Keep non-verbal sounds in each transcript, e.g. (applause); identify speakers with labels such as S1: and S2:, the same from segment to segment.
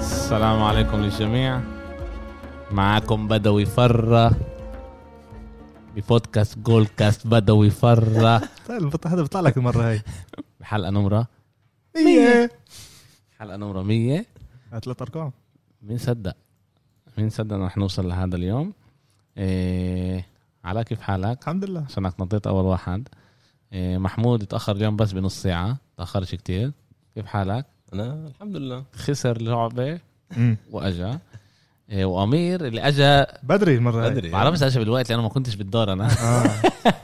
S1: السلام عليكم للجميع معاكم بدوي فرة ببودكاست جول كاست بدوي فرة
S2: طيب البط- هذا بيطلع لك المره هاي
S1: بحلقة نمرة
S2: مية
S1: حلقة نمرة 100
S2: ثلاث ارقام
S1: مين صدق مين صدق رح نوصل لهذا اليوم إيه على كيف حالك
S2: الحمد لله
S1: عشانك نطيت أول واحد إيه محمود تأخر اليوم بس بنص ساعة تأخرش كتير كيف حالك
S3: انا الحمد لله
S1: خسر لعبة وأجا إيه وأمير اللي أجا
S2: بدري المره هاي
S3: بدري
S1: بعرفش أجا بالوقت لأنه طيب، ما كنتش بالدار
S3: (laughs)
S1: أنا
S2: اه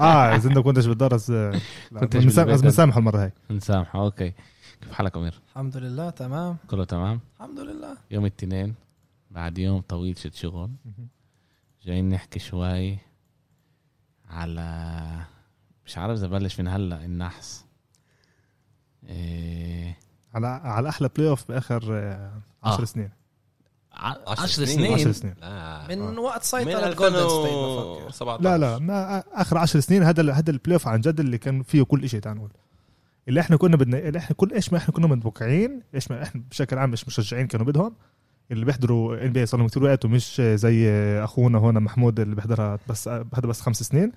S2: اه اذا انت كنتش بتدرس آه، لا،
S1: كنتش
S2: بنسا-
S1: بالبيت.
S2: لازم نسامحه المره هاي
S1: نسامحه اوكي كيف حالك امير؟
S4: الحمد لله تمام
S1: كله تمام؟
S4: الحمد لله
S1: يوم الاثنين بعد يوم طويل شت شغل جايين نحكي شوي على مش عارف اذا بلش من هلا النحس إيه...
S2: على على احلى بلاي اوف باخر آه،
S1: آه.
S2: 10 سنين
S1: ع-
S3: عشر
S1: عشر
S3: سنين. إيه.
S2: 10
S1: سنين
S2: سنين
S3: لا
S4: من
S2: آه.
S4: وقت
S3: من
S4: سيطرة جولدن ستيت بفكر
S3: 2017
S2: لا لا ما آه، اخر 10 سنين هذا ال- هذا البلاي اوف عن جد اللي كان فيه كل شيء تعال نقول اللي احنا كنا بدنا اللي احنا كل ايش ما احنا كنا متوقعين ايش ما احنا بشكل عام مش مشجعين كانوا بدهم اللي بيحضروا ان بي اي صار لهم كثير وقت ومش زي اخونا هون محمود اللي بيحضرها بس هذا بس خمس سنين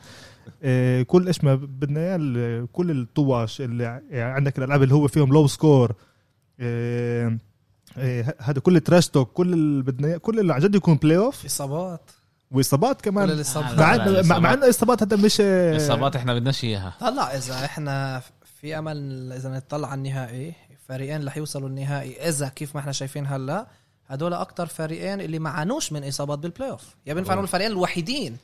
S2: إيه، كل ايش ما بدنا اياه ال- كل الطواش اللي ع- يعني عندك الالعاب اللي هو فيهم لو سكور إيه، إيه، ه- هذا كل التراش توك كل اللي بدنا إياه- كل اللي عن جد يكون بلاي اوف
S4: اصابات
S2: واصابات
S4: كل
S2: كمان
S1: آه،
S4: الاصابات
S1: لا،
S2: مع
S1: لا،
S2: إنه- مع- مع انه اصابات هذا مش
S1: الاصابات احنا بدناش اياها
S4: طلع اذا احنا في امل اذا نطلع على النهائي فريقين رح يوصلوا النهائي اذا كيف ما احنا شايفين هلا هدول اكتر فريقين اللي ما عانوش من اصابات بالبلاي اوف يا بنفع نقول الفريقين الوحيدين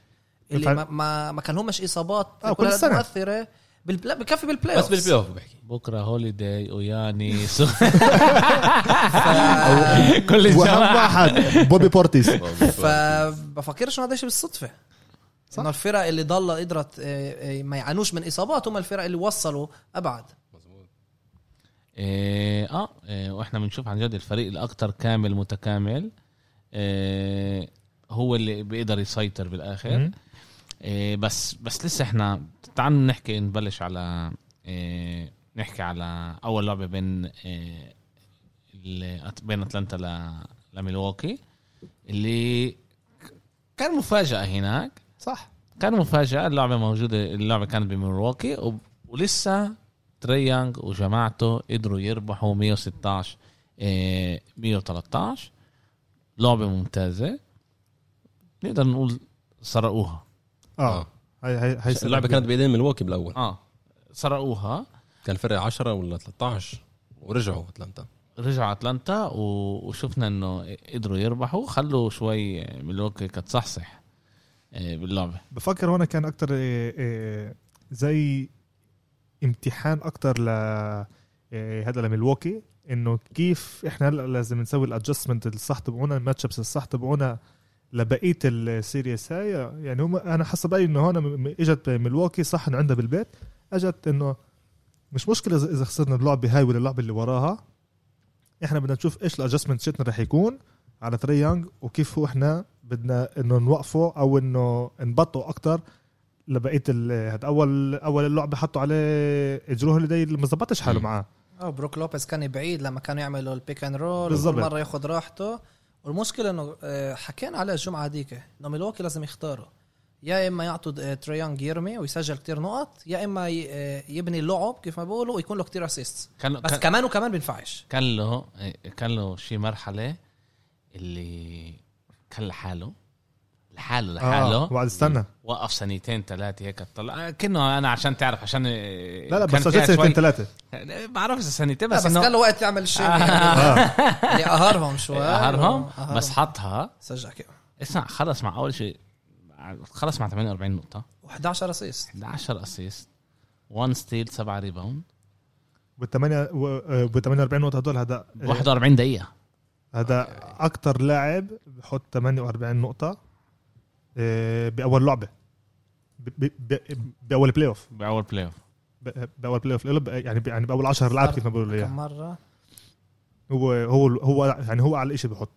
S4: اللي
S2: بالفعل.
S4: ما ما, ما كان همش اصابات
S2: آه، كل
S4: كلها
S2: السنة.
S4: مؤثره بالبلا- بكفي بالبلاي
S3: بس
S4: اوف
S3: بالبلاي اوف بحكي
S1: بكره هوليداي
S3: (laughs)
S1: وياني (laughs)
S4: ف-
S1: كل
S2: واهم
S1: الجماعه
S2: واحد بوبي بورتيس آه.
S4: فبفكرش انه هذا الشيء بالصدفه
S2: صح.
S4: انه الفرق اللي ضل قدرت آه، آه، ما يعانوش من اصابات هم الفرق اللي وصلوا ابعد
S3: مظبوط
S1: إيه اه إيه واحنا بنشوف عن جد الفريق الاكثر كامل متكامل إيه هو اللي بيقدر يسيطر بالاخر
S2: مم.
S1: إيه بس بس لسه احنا تعال نحكي نبلش على إيه نحكي على اول لعبه بين إيه ال- أت- بين اتلانتا ل- لميلواكي اللي ك- كان مفاجاه هناك
S2: صح
S1: كان مفاجأة اللعبة موجودة اللعبة كانت بميلواكي و... ولسه تريانج وجماعته قدروا يربحوا 116 إيه 113 لعبة ممتازة نقدر نقول سرقوها
S2: اه هاي هاي هاي السنة
S3: اللعبه كانت بايدين ملواكي بالاول
S1: اه سرقوها
S3: كان فرق 10 ولا 13 ورجعوا اتلانتا
S1: رجعوا اتلانتا و... وشفنا انه قدروا يربحوا خلوا شوي ميلواكي كتصحصح إيه باللعبة
S2: بفكر هون كان اكتر إيه، إيه، زي امتحان اكتر ل إيه، هذا لميلواكي انه كيف احنا هلا لازم نسوي الادجستمنت الصح تبعونا الماتش ابس الصح تبعونا لبقيه السيريس هاي يعني هم انا حسب رايي انه هون م- م- اجت ميلواكي صح انه عندها بالبيت اجت انه مش مشكله إذا- اذا خسرنا اللعبه هاي ولا اللعبه اللي وراها احنا بدنا نشوف ايش الادجستمنت شتنا رح يكون على تري يونغ وكيف هو احنا بدنا انه نوقفه او انه نبطئه اكثر لبقيه ال- هاد اول اول اللعبه حطوا عليه جرو هوليداي اللي ما ظبطش حاله
S1: مم.
S2: معاه
S4: اه بروك لوبيز كان بعيد لما كانوا يعملوا البيك اند رول
S2: بالظبط.
S4: كل مره ياخذ راحته والمشكله انه آه، حكينا على الجمعه هذيك انه ميلواكي لازم يختاروا يا اما يعطوا د- آه، تريانج يرمي ويسجل كتير نقط يا اما ي- آه، يبني اللعب كيف ما بيقولوا ويكون له كتير اسيست
S1: كان
S4: بس
S1: كان-
S4: كمان وكمان بينفعش
S1: كان له كان له شي مرحله اللي كان لحاله لحاله لحاله
S2: آه، وبعد استنى
S1: وقف سنتين ثلاثه هيك طلع كانه انا عشان تعرف عشان
S2: لا لا بس سجلت سنتين
S1: (laughs)
S2: ثلاثه
S1: بعرف اذا سنتين
S4: لا،
S1: بس,
S4: بس كان
S1: انه
S4: له وقت يعمل شيء
S1: (laughs)
S2: آه،
S4: اللي قهرهم شوي
S1: قهرهم
S4: قهرهم.
S1: إيه، بس حطها
S4: سجل كده
S1: اسمع خلص مع اول شيء خلص مع 48 نقطه
S4: و11 اسيست
S1: 11 اسيست 1 ستيل 7 ريباوند
S2: إيه. وال 8 وال 48 نقطه هدول هذا
S1: 41 دقيقه
S2: هذا اكثر لاعب بحط 48 نقطه آه، باول لعبه ب- ب- ب- باول بلاي اوف
S1: باول بلاي اوف
S2: ب- باول بلاي اوف له، ب- يعني ب- يعني باول 10 العاب كيف ما بيقولوا
S4: كم
S2: اياها
S4: مره
S2: هو هو هو يعني هو على الشيء بحط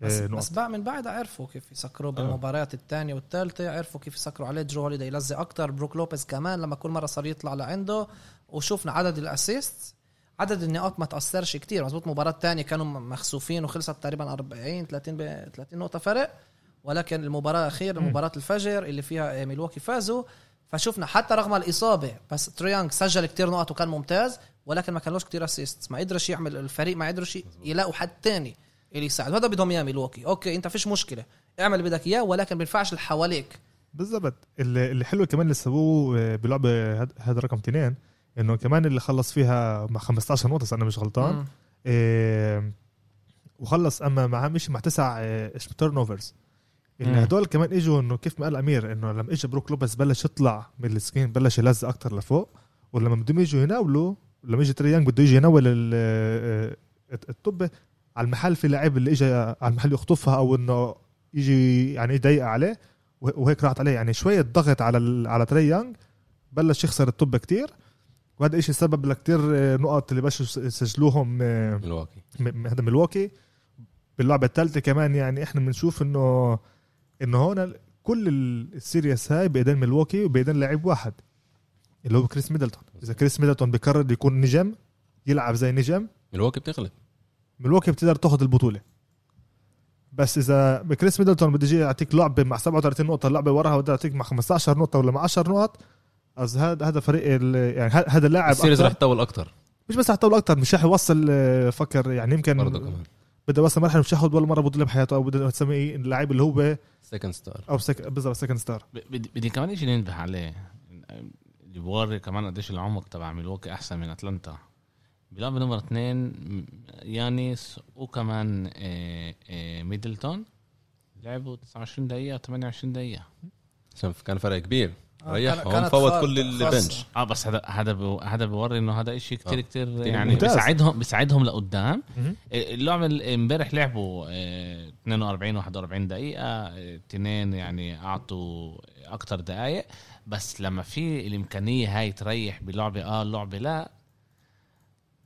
S4: بس,
S2: آه، نقط
S4: بس بقى من بعدها عرفوا كيف يسكروه بالمباريات الثانيه والثالثه عرفوا كيف يسكروا عليه جو هوليدي يلزق اكتر بروك لوبيز كمان لما كل مره صار يطلع لعنده وشوفنا عدد الاسيست عدد النقاط ما تاثرش كتير مزبوط مباراه تانية كانوا م- مخسوفين وخلصت تقريبا 40 30 ب- 30 نقطه فرق ولكن المباراه الاخيره
S2: مم.
S4: مباراه الفجر اللي فيها آه، ميلواكي فازوا فشفنا حتى رغم الاصابه بس تريانج سجل كتير نقط وكان ممتاز ولكن ما كانلوش كتير اسيست ما قدرش يعمل الفريق ما قدرش يلاقوا حد تاني اللي يساعد هذا بدهم اياه ميلواكي اوكي انت فيش مشكله اعمل اللي بدك اياه ولكن ما بينفعش اللي حواليك
S2: بالضبط اللي اللي حلو كمان اللي سووه آه، بلعبه هاد- هذا رقم اثنين انه كمان اللي خلص فيها مع 15 نقطه اذا انا مش غلطان
S4: مم.
S2: إيه، وخلص اما مع اهم شيء مع تسع آه، تيرن اوفرز اللي
S1: مم.
S2: يعني هدول كمان اجوا انه كيف ما قال امير انه لما اجى بروك لوبز بلش يطلع من السكرين بلش يلزق اكثر لفوق ولما بدهم يجوا يناولوا لما اجى تري يانج بده يجي يناول ال- آه، الطبه على المحل في لاعب اللي اجى على المحل يخطفها او انه يجي يعني يضيق عليه وه- وهيك راحت عليه يعني شويه ضغط على ال- على تري يانج بلش يخسر الطبه كتير وهذا إشي سبب لكتير آه، نقط اللي بلشوا يس- يسجلوهم آه،
S3: ملواكي
S2: م- هذا ملواكي باللعبه الثالثه كمان يعني احنا بنشوف انه انه هون ال- كل ال- السيريس هاي بايدين ملواكي وبايدين لاعب واحد اللي هو كريس ميدلتون اذا كريس ميدلتون بقرر يكون نجم يلعب زي نجم
S3: ملواكي بتغلب
S2: ملواكي بتقدر تاخذ البطوله بس اذا كريس ميدلتون بده يجي يعطيك لعبه مع 37 نقطه اللعبه وراها بده يعطيك مع 15 نقطه ولا مع 10 نقط أز هذا هذا فريق ال- يعني ه- هذا اللاعب
S3: السيريز
S2: أكتر-
S3: رح تطول اكثر
S2: مش بس رح يطول اكثر مش رح يوصل آه، فكر يعني
S3: برضه
S2: يمكن
S3: كمان
S2: بده بس مرحله مش ياخذ ولا مره بطوله بحياته او بده تسميه إيه اللاعب اللي هو
S3: سكند ستار
S2: او سك... بالضبط سكند ستار
S1: ب- بدي بدي كمان شيء ننبه عليه اللي بوري كمان قديش العمق تبع ميلواكي احسن من اتلانتا بلعبة نمرة اثنين م- يانيس وكمان آه، آه، ميدلتون لعبوا 29 دقيقة 28 دقيقة
S3: عشان كان فرق كبير
S4: آه، كان-
S3: ريحهم
S4: كانت
S3: فوت
S4: خاصة-
S3: كل
S4: خاصة.
S3: البنش
S1: اه بس هذا هذا بو- هذا بيوري انه هذا شيء كتير
S3: آه.
S1: كتير
S3: كتير
S1: يعني
S2: ممتاز.
S1: بيساعدهم بيساعدهم لقدام آه،
S2: مهم.
S1: اللعبة ال- امبارح لعبوا آه، 42 41 دقيقة آه، تنين يعني أعطوا أكتر دقايق بس لما في الإمكانية هاي تريح بلعبة آه لعبة لا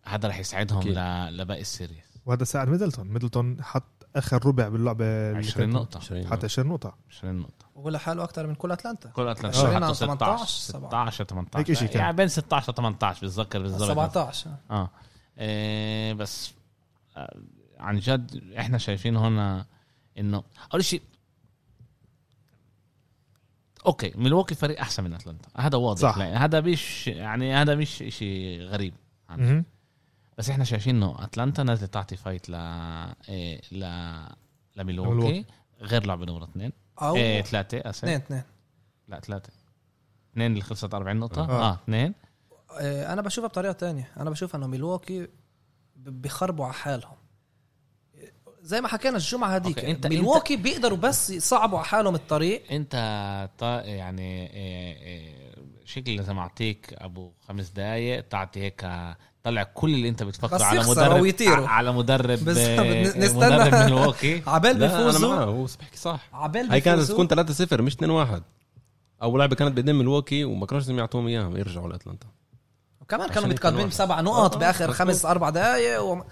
S1: هذا رح يساعدهم
S3: أكيد.
S1: ل- لباقي السيريز
S2: وهذا ساعد ميدلتون ميدلتون حط اخر ربع باللعبه اللي
S1: 20
S2: كانت-
S1: نقطة أيوة.
S3: 20
S2: حط 20 نقطه
S1: 20 نقطة
S4: وهو لحاله اكثر من كل اتلانتا
S1: كل أتلانتا
S2: عشرين
S1: حطوا
S4: على
S1: 16
S4: 17.
S1: 16 18
S2: هيك إشي كان.
S1: يعني بين 16 و 18 بتذكر بالضبط
S4: 17 آه.
S1: اه إيه بس آه، عن جد احنا شايفين هنا انه اول شيء اوكي ميلواكي فريق احسن من اتلانتا هذا واضح
S2: صح.
S1: لا، هذا مش يعني هذا مش شيء غريب عن-
S2: مهم. آه،
S1: بس احنا شايفين انه اتلانتا نازله تعطي فايت ل إيه، ل لميلواكي
S2: لميلواكي.
S1: غير لعبه نمره اثنين
S4: او
S1: ايه
S4: اثنين
S1: ثلاثه اسف
S4: اثنين
S1: لا ثلاثه اثنين اللي خلصت 40 نقطه
S2: آه.
S1: اه اثنين
S4: آه، انا بشوفها بطريقه تانية انا بشوف انه ميلواكي ب- بيخربوا على حالهم زي ما حكينا الجمعه هذيك
S1: أوكي، أنت-
S4: ميلواكي بيقدروا بس يصعبوا على حالهم الطريق
S1: انت طا يعني إيه، إيه، شكل لازم اعطيك ابو خمس دقائق تعطي هيك طلع كل اللي انت بتفكر
S4: بس
S1: على
S4: يخسر أو
S1: مدرب
S4: يطيروا.
S1: على مدرب
S4: بالظبط، (laughs)
S1: إيه،
S4: نستنى.
S1: مدرب
S4: (laughs)
S1: ملواكي
S4: عبال
S3: لا انا معه
S4: بيفوزوا
S3: هو بحكي صح
S4: عبال
S3: هاي كانت
S4: بيفوزوا
S3: تكون 3-0 مش 2-1 اول لعبه كانت بايدين ملواكي وما كانوش لازم يعطوهم اياهم يرجعوا لاتلانتا
S4: وكمان
S1: عشان
S4: كانوا متقدمين
S1: يكونوا
S4: بسبع نقط
S3: آه،
S4: باخر
S3: مظبوط.
S4: خمس اربع دقائق وم...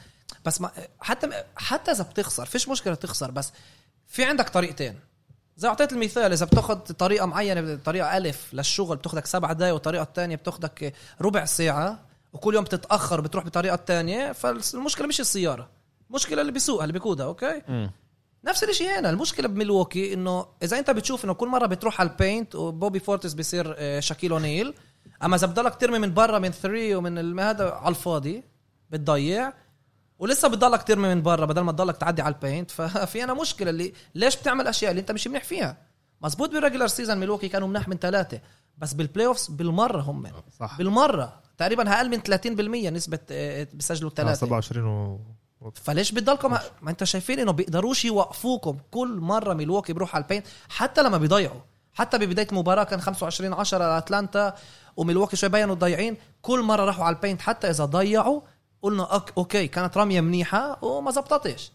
S4: بس ما... حتى حتى اذا بتخسر فيش مشكله تخسر بس في عندك طريقتين زي اعطيت المثال اذا بتاخذ طريقه معينه طريقه الف للشغل بتاخذك سبع دقائق والطريقه الثانيه بتاخذك ربع ساعه وكل يوم بتتاخر بتروح بطريقه الثانيه فالمشكله مش السياره المشكله اللي بيسوقها اللي بيقودها اوكي
S1: مم.
S4: نفس الشيء هنا المشكله بميلواكي انه اذا انت بتشوف انه كل مره بتروح على البينت وبوبي فورتس بيصير آه، شاكيل اونيل اما اذا بضلك ترمي من برا من ثري ومن الم- هذا على الفاضي بتضيع ولسه بتضلك ترمي من برا بدل ما تضلك تعدي على البينت (laughs) ففي انا مشكله اللي ليش بتعمل اشياء اللي انت مش منيح فيها مزبوط بالريجلر سيزون ميلواكي كانوا مناح من ثلاثه بس بالبلاي اوفز بالمره هم
S2: صح
S4: بالمره تقريبا اقل من 30% نسبه آه، بسجلوا
S2: آه،
S4: ثلاثه
S2: 27 و
S4: فليش بضلكم ما انتوا شايفين انه بيقدروش يوقفوكم كل مره ميلواكي بيروح على البينت حتى لما بيضيعوا حتى ببدايه المباراه كان 25 10 لاتلانتا وميلواكي شوي بينوا ضايعين كل مره راحوا على البينت حتى اذا ضيعوا قلنا أك اوكي كانت رميه منيحه وما زبطتش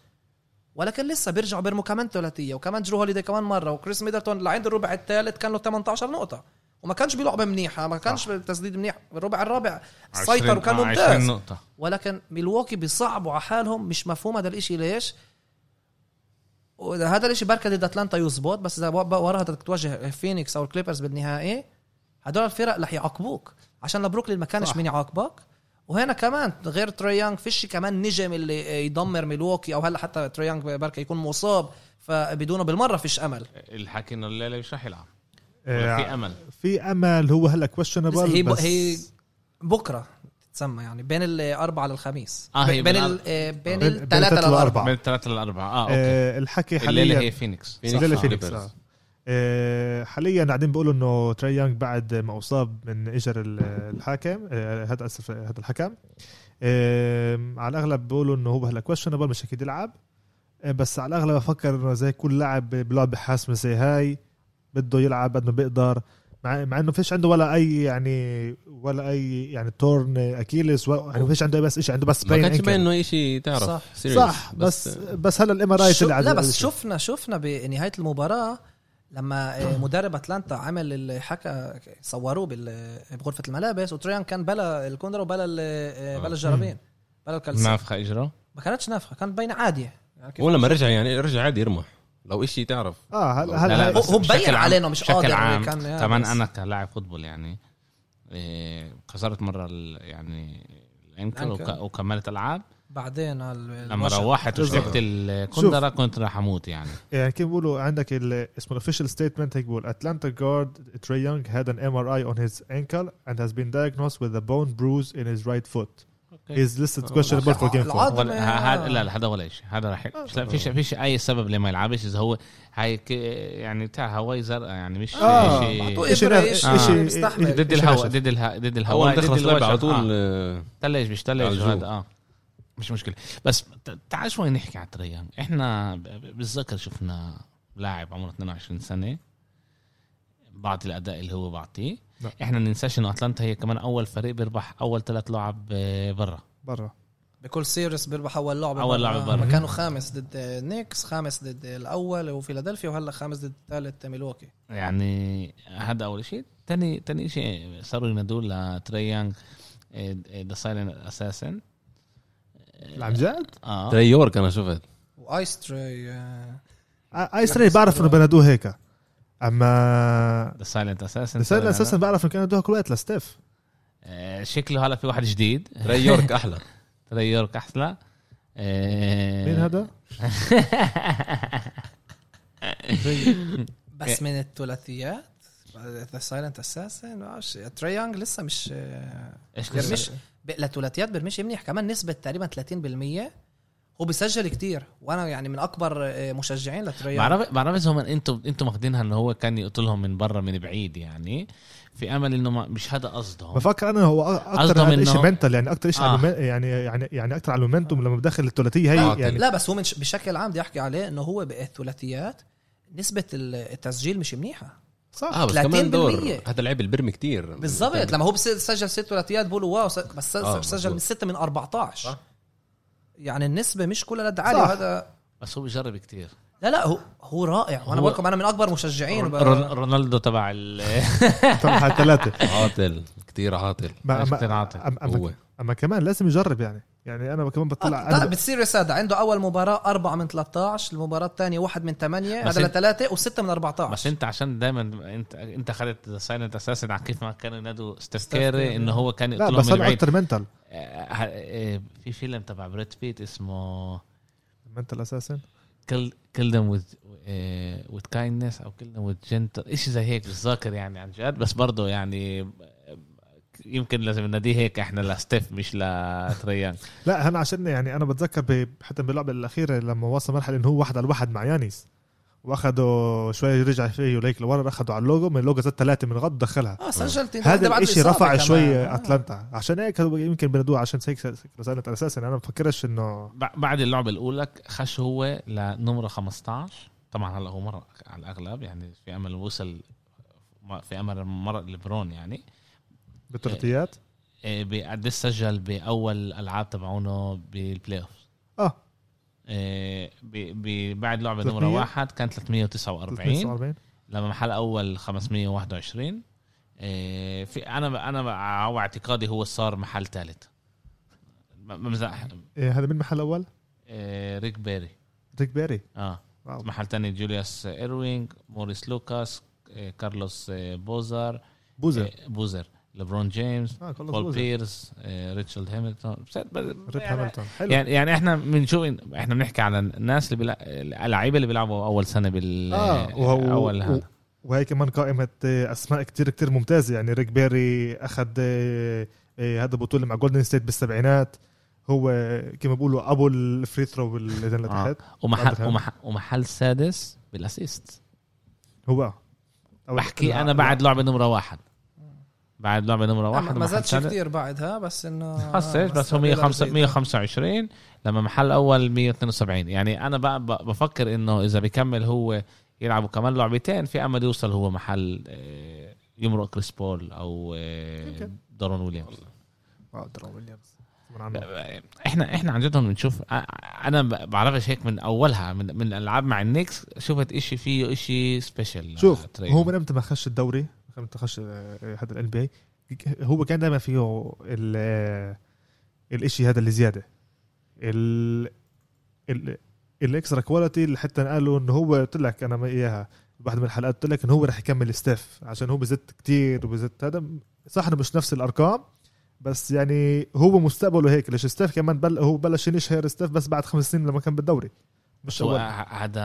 S4: ولكن لسه بيرجعوا بيرموا كمان ثلاثيه وكمان جرو هوليدي كمان مره وكريس ميدلتون لعند الربع الثالث كان له 18 نقطه وما كانش بلعبه منيحه ما كانش بتسديد منيح الربع الرابع سيطر وكان
S1: عشرين- آه،
S4: ممتاز
S1: 20 نقطه
S4: ولكن ميلواكي بيصعبوا على حالهم مش مفهوم هذا الاشي ليش وهذا الاشي بركة ضد اتلانتا يزبط بس اذا بق- وراها بدك تواجه فينيكس او الكليبرز بالنهائي هدول الفرق رح يعاقبوك عشان لبروكلين ما كانش
S2: صح.
S4: مين يعاقبك وهنا كمان غير تريانج فيش كمان نجم اللي يدمر ميلواكي او هلا حتى تريانج بركة يكون مصاب فبدونه بالمره فيش امل
S1: الحكي انه الليله مش رح يلعب
S2: آه،
S1: في امل
S2: في امل هو هلا
S4: هي
S2: كويشنبل
S4: ب...
S2: بس
S4: هي بكره تسمى يعني بين الاربعاء للخميس
S1: آه، هي
S4: بين
S1: بين
S4: ال... آه، بين
S2: بين- بين
S4: الثلاثه
S2: التلاتة
S4: للاربعاء
S2: والأربعة.
S1: من الثلاثه للاربعه اه اوكي
S2: آه، الحكي
S1: الليله هي
S2: حاليا
S1: فينيكس
S3: فينيكس.
S2: الليله
S3: صح،
S2: فينيكس
S3: ريفرز.
S2: آه. آه، حاليا قاعدين بيقولوا انه تري يونغ بعد ما اصاب من اجر ال- الحاكم آه، هذا اسف آه، هذا الحكم آه، على الاغلب بيقولوا انه هو هلا كويشنبل مش اكيد يلعب آه، بس على الاغلب بفكر انه زي كل لاعب بلعبه حاسمه زي هاي بده يلعب قد ما بيقدر مع, مع انه فيش عنده ولا اي يعني ولا اي يعني تورن اكيلس ولا يعني فيش عنده أي بس شيء عنده بس
S3: ما
S2: sprain
S3: كانش
S2: ankle.
S3: باين انه شيء تعرف
S4: صح.
S3: serious.
S2: صح بس بس هلا الام ار اي
S4: شو- لا بس شفنا شفنا بنهايه المباراه لما آه، مدرب اتلانتا عمل اللي حكى صوروه بال- بغرفه الملابس وتريان كان بلا الكوندر وبلا ال- آه، بلا الجرابين بلا الكلسون
S1: نافخه اجره
S4: ما كانتش نافخه كانت باينه عاديه يعني كيف-
S3: هو لما رجع يعني رجع عادي يرمح لو إشي تعرف
S2: اه هلا
S3: لا، لا،
S2: هلا
S4: هو- هو
S1: بس
S4: مبين
S1: بشكل عام-
S4: عليه انه مش
S1: بشكل
S4: قادر
S1: عام
S4: كان يعني
S1: كمان
S4: بس-
S1: انا كلاعب فوتبول يعني إيه، كسرت مره ال- يعني الانكل
S4: الأنكل.
S1: وك- وكملت العاب
S4: بعدين ال-
S1: لما
S4: المشهد.
S1: روحت وشربت الكندره كنت راح اموت
S3: (laughs)
S1: يعني
S2: يعني كيف بيقولوا عندك ال- اسمه الاوفيشال ستيتمنت هيك بيقول اتلانتا جارد تري يونغ had an MRI on his ankle and has been diagnosed with a bone bruise in his right foot.
S1: أوكي.
S2: He's listed questionable for game four.
S4: العظمة-
S1: ولا- ه- هذا لا لا هذا ولا شيء هذا راح
S3: آه،
S1: مش- لا فيش فيش اي سبب لما يلعبش اذا هو هاي ك- يعني بتاع هواي زرقاء يعني مش
S2: آه،
S1: شيء
S4: بعطوه
S2: إشي
S4: إبرة،
S2: نافخ.
S4: إشي
S2: إشي-
S4: مستحمل.
S2: إشي-
S1: ضد
S2: إشي
S1: الهواء
S2: نافخ.
S1: ضد الهواء ضد
S3: اول
S1: الهواء
S3: ما تخلص
S1: ضد
S3: لعبه على
S1: الوجع. آه.
S3: طول آه،
S1: تلج مش تلج
S3: على الجو.
S1: هذا اه مش مشكله بس ت- تعال شوي نحكي على تريان احنا ب- ب- بتذكر شفنا لاعب عمره 22 سنه بعطي الاداء اللي هو بعطيه
S2: نعم.
S1: احنا ما ننساش انه اتلانتا هي كمان اول فريق بيربح اول ثلاث لعب آه، برا
S2: برا
S4: بكل سيريس بيربح اول لعبه
S1: أول
S4: برا.
S1: لعبة برا.
S4: ما كانوا خامس ضد نيكس خامس ضد الاول وفيلادلفيا وهلا خامس ضد ثالث ميلواكي
S1: يعني هذا اول شيء تاني تاني شيء صاروا ينادوا آه، لتريان ذا سايلنت اساسن
S2: عن جد؟
S1: اه
S3: تريورك انا شفت
S4: وايس تري آه،
S2: آ- ايس راي بعرف انه بنادوه هيك اما
S1: ذا سايلنت اساسن
S2: بس انا اساسا بعرف انه كانوا دوها كل وقت لستيف
S1: آه، شكله هلا في واحد جديد
S3: تريورك احلى
S1: تريورك احلى آه،
S2: مين
S1: (laughs)
S2: هذا؟
S4: (laughs) بس من الثلاثيات ذا سايلنت اساسن تريانج لسه مش آه،
S1: ايش
S4: برمش
S1: لسه؟
S4: ب- لثلاثيات برمش منيح كمان نسبه تقريبا 30% هو بيسجل كتير وانا يعني من اكبر آه، مشجعين لتريانج
S1: بعرف بعرف اذا هم انتم انتم ماخذينها انه هو كان يقتلهم من برا من بعيد يعني في امل انه ما مش هذا قصدهم
S2: بفكر انا هو
S1: قصدهم
S2: اكثر
S1: إنه-
S2: شيء منتال يعني اكثر شيء
S1: آه.
S2: يعني يعني يعني اكثر على المومنتوم لما بدخل الثلاثيه
S3: آه،
S2: هي يعني
S4: لا بس هو من ش- بشكل عام بدي احكي عليه انه هو بالثلاثيات نسبه التسجيل مش منيحه
S2: صح
S3: اه بس كمان دور
S4: 30%
S3: هذا لعب البرمي كتير
S4: بالظبط لما هو بس- سجل ست ثلاثيات بقولوا واو س- بس
S3: آه،
S4: س- سجل
S3: مظبوط.
S4: من ستة من 14
S3: صح.
S4: يعني النسبة مش كلها قد عالية
S2: صح.
S4: وهذا
S1: بس هو بيجرب كتير
S4: لا لا هو هو رائع وانا
S1: هو-
S4: بقول لكم انا من اكبر مشجعين آه،
S1: رون-
S4: ب-
S1: رون- رونالدو تبع ال
S2: طبعا على ثلاثه
S3: عاطل كتير عاطل
S2: ما
S1: عشان
S2: أما,
S1: تنعطي.
S2: أما,
S3: هو
S2: أما, أما كمان لازم يجرب يعني يعني انا كمان بطلع
S4: لا
S2: أنا ب...
S4: بتصير رسادة عنده اول مباراة 4 من 13 المباراة الثانية 1 من 8
S1: بس
S4: هذا
S1: أنت-
S4: لثلاثة و6 من 14
S1: بس انت عشان دائما انت انت اخذت سايلنت اساسا على كيف ما كانوا ينادوا ستيف كيري
S4: كيري.
S1: انه هو كان
S2: لا
S1: يقتلهم
S2: بس
S1: من
S2: انا
S1: بعيد
S2: اكثر منتال
S1: آه، ه- آه، في فيلم تبع بريد بيت اسمه
S2: منتال اساسا
S1: كل كل them with uh, with kindness او كل them with gentle شيء زي هيك مش ذاكر يعني عن جد بس برضه يعني آه، يمكن لازم نناديه هيك احنا لستيف مش (laughs) لتريان
S2: لا انا عشان يعني انا بتذكر ب... حتى باللعبه الاخيره لما وصل مرحله انه هو واحد على واحد مع يانيس واخده شوي رجع فيه وليك لورا اخده على اللوجو من اللوجو زاد ثلاثه من غد دخلها
S4: اه سجلت أنت بعد
S2: آه. هذا الاشي
S4: الإصابة
S2: رفع
S4: كمان.
S2: شوي
S4: آه.
S2: اتلانتا عشان هيك هو يمكن بندوه عشان هيك رسالة اساسا انا ما بفكرش انه
S1: ب- بعد اللعبه الاولى خش هو لنمره 15 طبعا هلا هو مر على الاغلب يعني في امل وصل في امل مر لبرون يعني
S2: بالثلاثيات
S1: آه، بقديش سجل باول العاب تبعونه بالبلاي اوف
S2: اه
S1: بعد لعبه نمره
S2: 300.
S1: واحد كان 349
S2: 349
S1: لما محل اول 521 إيه، في انا انا على اعتقادي هو صار محل ثالث بمزح
S2: إيه، هذا من محل اول
S1: إيه، ريك بيري
S2: ريك بيري
S1: اه
S2: واو.
S1: محل ثاني جوليوس ايروينج موريس لوكاس إيه، كارلوس إيه، بوزر
S2: بوزر
S1: إيه، بوزر ليبرون جيمس
S2: اه كل
S1: بول
S2: زوزة.
S1: بيرس آه، ريتشارد هامilton
S2: ريت هاملتون حلو
S1: يعني يعني احنا بنشوف إن- احنا بنحكي على الناس اللي بيلع... اللعيبه اللي بيلعبوا اول سنه بال
S2: اه وهو
S1: اول
S2: و...
S1: يعني هذا
S2: وهي كمان قائمة آه، أسماء كتير كتير ممتازة يعني ريك بيري أخذ آه، آه، هذا بطولة مع جولدن ستيت بالسبعينات هو آه، كما بيقولوا أبو الفري ثرو اللي
S1: آه.
S2: تحت
S1: ومحل
S2: عندك-
S1: ومحل, ومحل سادس بالاسيست
S2: هو أول-
S1: بحكي
S2: لا،
S1: انا
S2: لا.
S1: بعد لعبه نمره واحد بعد لعبه نمره واحد
S4: واحد ما
S1: ومحل
S4: زادش
S1: سادس.
S4: كثير بعدها بس انه
S1: خسر بس هو 105 125 لما محل اول 172 يعني انا بقى ب- بفكر انه اذا بيكمل هو يلعبوا كمان لعبتين في امل يوصل هو محل آه، يمرق كريس بول او آه،
S2: يمكن.
S1: دارون ويليامز
S2: آه، درو ويليامز طبعاً عنه.
S1: احنا احنا عن جد هون بنشوف أ- انا ب- بعرفش هيك من اولها من, من الالعاب مع النكس شفت اشي فيه آه، اشي سبيشل
S2: شوف هو من امتى ما خش الدوري من امتى خش آه، هذا الان بي هو كان دائما فيه ال آه، الاشي هذا اللي زياده ال ال الاكسترا كواليتي اللي حتى قالوا انه هو قلت لك انا ما اياها بواحد من الحلقات قلت لك انه هو رح يكمل ستاف عشان هو بزت كتير وبزت هذا صح انه مش نفس الارقام بس يعني هو مستقبله هيك ليش ستاف كمان بل هو بلش ينشهر ستاف بس بعد خمس سنين لما كان بالدوري مش
S1: هو
S2: اول
S1: ه- هذا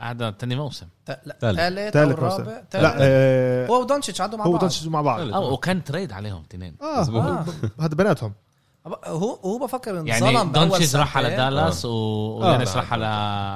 S1: هذا تاني موسم
S3: ثالث.
S4: ثالث او
S2: ثالث مثلاً.
S4: الرابع
S2: لا
S4: ثالث
S2: آه،
S4: هو ودونتش عدوا مع
S2: هو
S4: بعض
S2: دونتش مع بعض
S3: ثالث.
S1: أو وكان تريد عليهم تنين
S2: اه
S3: مظبوط.
S2: آه. (laughs) هاد بناتهم
S4: أب- هو هو بفكر
S1: يعني
S4: انظلم بأول
S1: دونتشيز راح على
S4: سنتين.
S1: دالاس ويانس راح على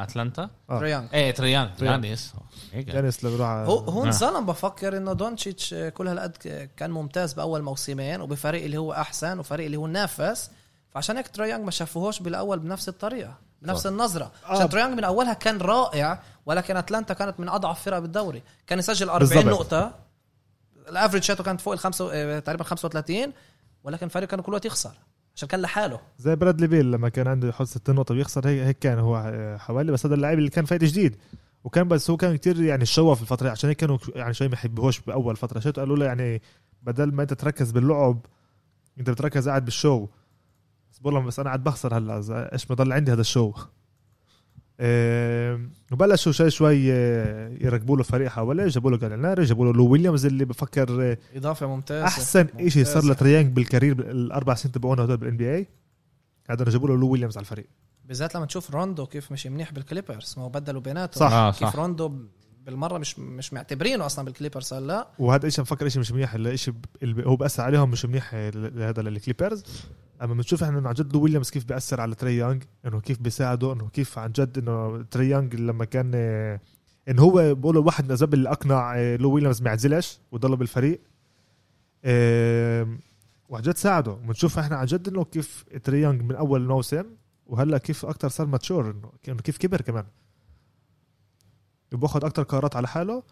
S1: اتلانتا
S2: آه.
S4: تريانج
S1: ايه تريان يانس
S2: جانس اللي بيروح
S4: هو هو
S1: آه.
S4: انظلم بفكر انه دونتشيتش آه، كل هالقد ك- كان ممتاز باول موسمين وبفريق اللي هو احسن وفريق اللي هو نافس فعشان هيك تريانج ما شافوهوش بالاول بنفس الطريقه بنفس
S3: صح.
S4: النظره
S2: آه.
S4: عشان تريانج من اولها كان رائع ولكن اتلانتا كانت من اضعف فرق بالدوري كان يسجل 40
S2: بالضبط.
S4: نقطه الافرج شاتو كانت فوق الخمسة آه، تقريبا 35 ولكن الفريق كان كل وقت يخسر عشان كان لحاله
S2: زي برادلي بيل لما كان عنده يحط 60 نقطه بيخسر هيك هيك كان هو آه، حوالي بس هذا اللاعب اللي كان فايت جديد وكان بس هو كان كتير يعني شوف في الفتره عشان هيك كانوا يعني شوي ما يحبوهوش باول فتره شفت قالوا له يعني بدل ما انت تركز باللعب انت بتركز قاعد بالشو بس بقول لهم بس انا قاعد بخسر هلا إذا ايش بضل عندي هذا الشو (laughs) آم، وبلشوا شوي شوي آه، يركبوا له فريق حواليه جابوا له جاليناري جابوا له لو ويليامز اللي بفكر آه،
S4: اضافه ممتازه
S2: احسن شيء صار
S4: ممتازة.
S2: لتريانج بالكارير بالاربع سنين تبعونا هدول بالان بي اي هذا أنا جابوا له لو ويليامز على الفريق
S4: بالذات لما تشوف روندو كيف مش منيح بالكليبرز ما هو بدلوا بيناتهم
S2: صح.
S1: اه
S4: كيف
S1: صح
S4: روندو بالمره مش مش معتبرينه اصلا بالكليبرز هلا
S2: وهذا شيء مفكر شيء مش منيح هلا شيء اللي هو بأثر عليهم مش منيح آه، ل- لهذا للكليبرز اما بنشوف احنا إنه عن جد لو ويليامز كيف بأثر على تريانج انه كيف بيساعده انه كيف عن جد انه تريانج لما كان آه، انه هو بقوله واحد من الاسباب اللي اقنع آه، لو ويليامز ما يعزلش وضل بالفريق آم، وعن جد ساعده بنشوف احنا عن جد انه كيف تريانج من اول موسم وهلا كيف اكثر صار ماتشور إنه- انه كيف كبر كمان وباخذ اكثر قرارات على حاله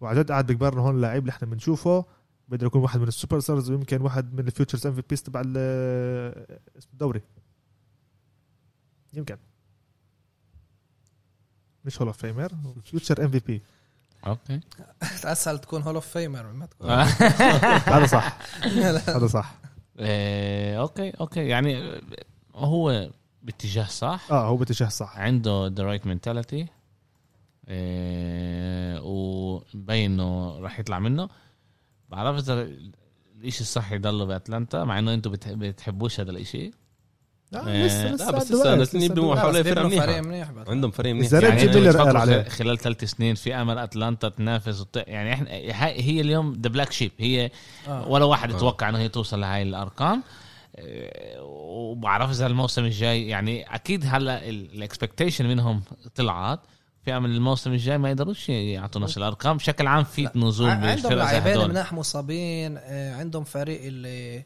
S2: وعن جد قاعد بكبرنا هون اللاعب اللي احنا بنشوفه بقدر يكون واحد من السوبر ستارز ويمكن واحد من الفيوتشرز ام في بيس تبع ال- الدوري يمكن مش هول اوف فيمر فيوتشر ام في (laughs) بي
S1: اوكي
S4: اسهل تكون هول اوف فيمر
S1: (laughs)
S4: ما تكون
S2: هذا صح هذا صح
S1: آه، اوكي اوكي يعني آه، هو باتجاه صح
S2: اه هو باتجاه
S3: آه،
S2: صح
S1: عنده ذا رايت منتاليتي ومبين انه إيه، راح يطلع منه بعرف اذا الاشي الصح يضله باتلانتا مع انه انتم بتح- بتحبوش هذا الاشي
S2: لا
S1: آه،
S2: لسه
S3: لا، بس
S2: لسه
S3: لسه-
S2: لسه
S3: لسه يبنوا
S2: لسه-
S3: واحد. حواليه فرقة
S4: بيبنوا
S3: منيحة.
S4: فريق منيح بعد.
S3: عندهم فريق منيح
S2: إذا رجع
S1: يعني
S2: ريتشي
S1: أنتوا
S2: ميلر
S1: بتفكروا
S2: قال
S1: خ-
S2: عليه.
S1: خلال ثلاث سنين في امل اتلانتا تنافس وت... يعني احنا هاي- هي اليوم ذا بلاك شيب هي
S4: آه.
S1: ولا واحد يتوقع انه هي توصل لهي الارقام آه، وبعرف اذا الموسم الجاي يعني اكيد هلا الاكسبكتيشن منهم طلعت في امل الموسم الجاي ما يقدروش يعطوا نفس الارقام بشكل عام في
S4: لا.
S1: نزول
S4: عندهم
S1: بالفرق زي
S4: لاعبين
S1: هدول
S4: مناح مصابين آه، عندهم فريق اللي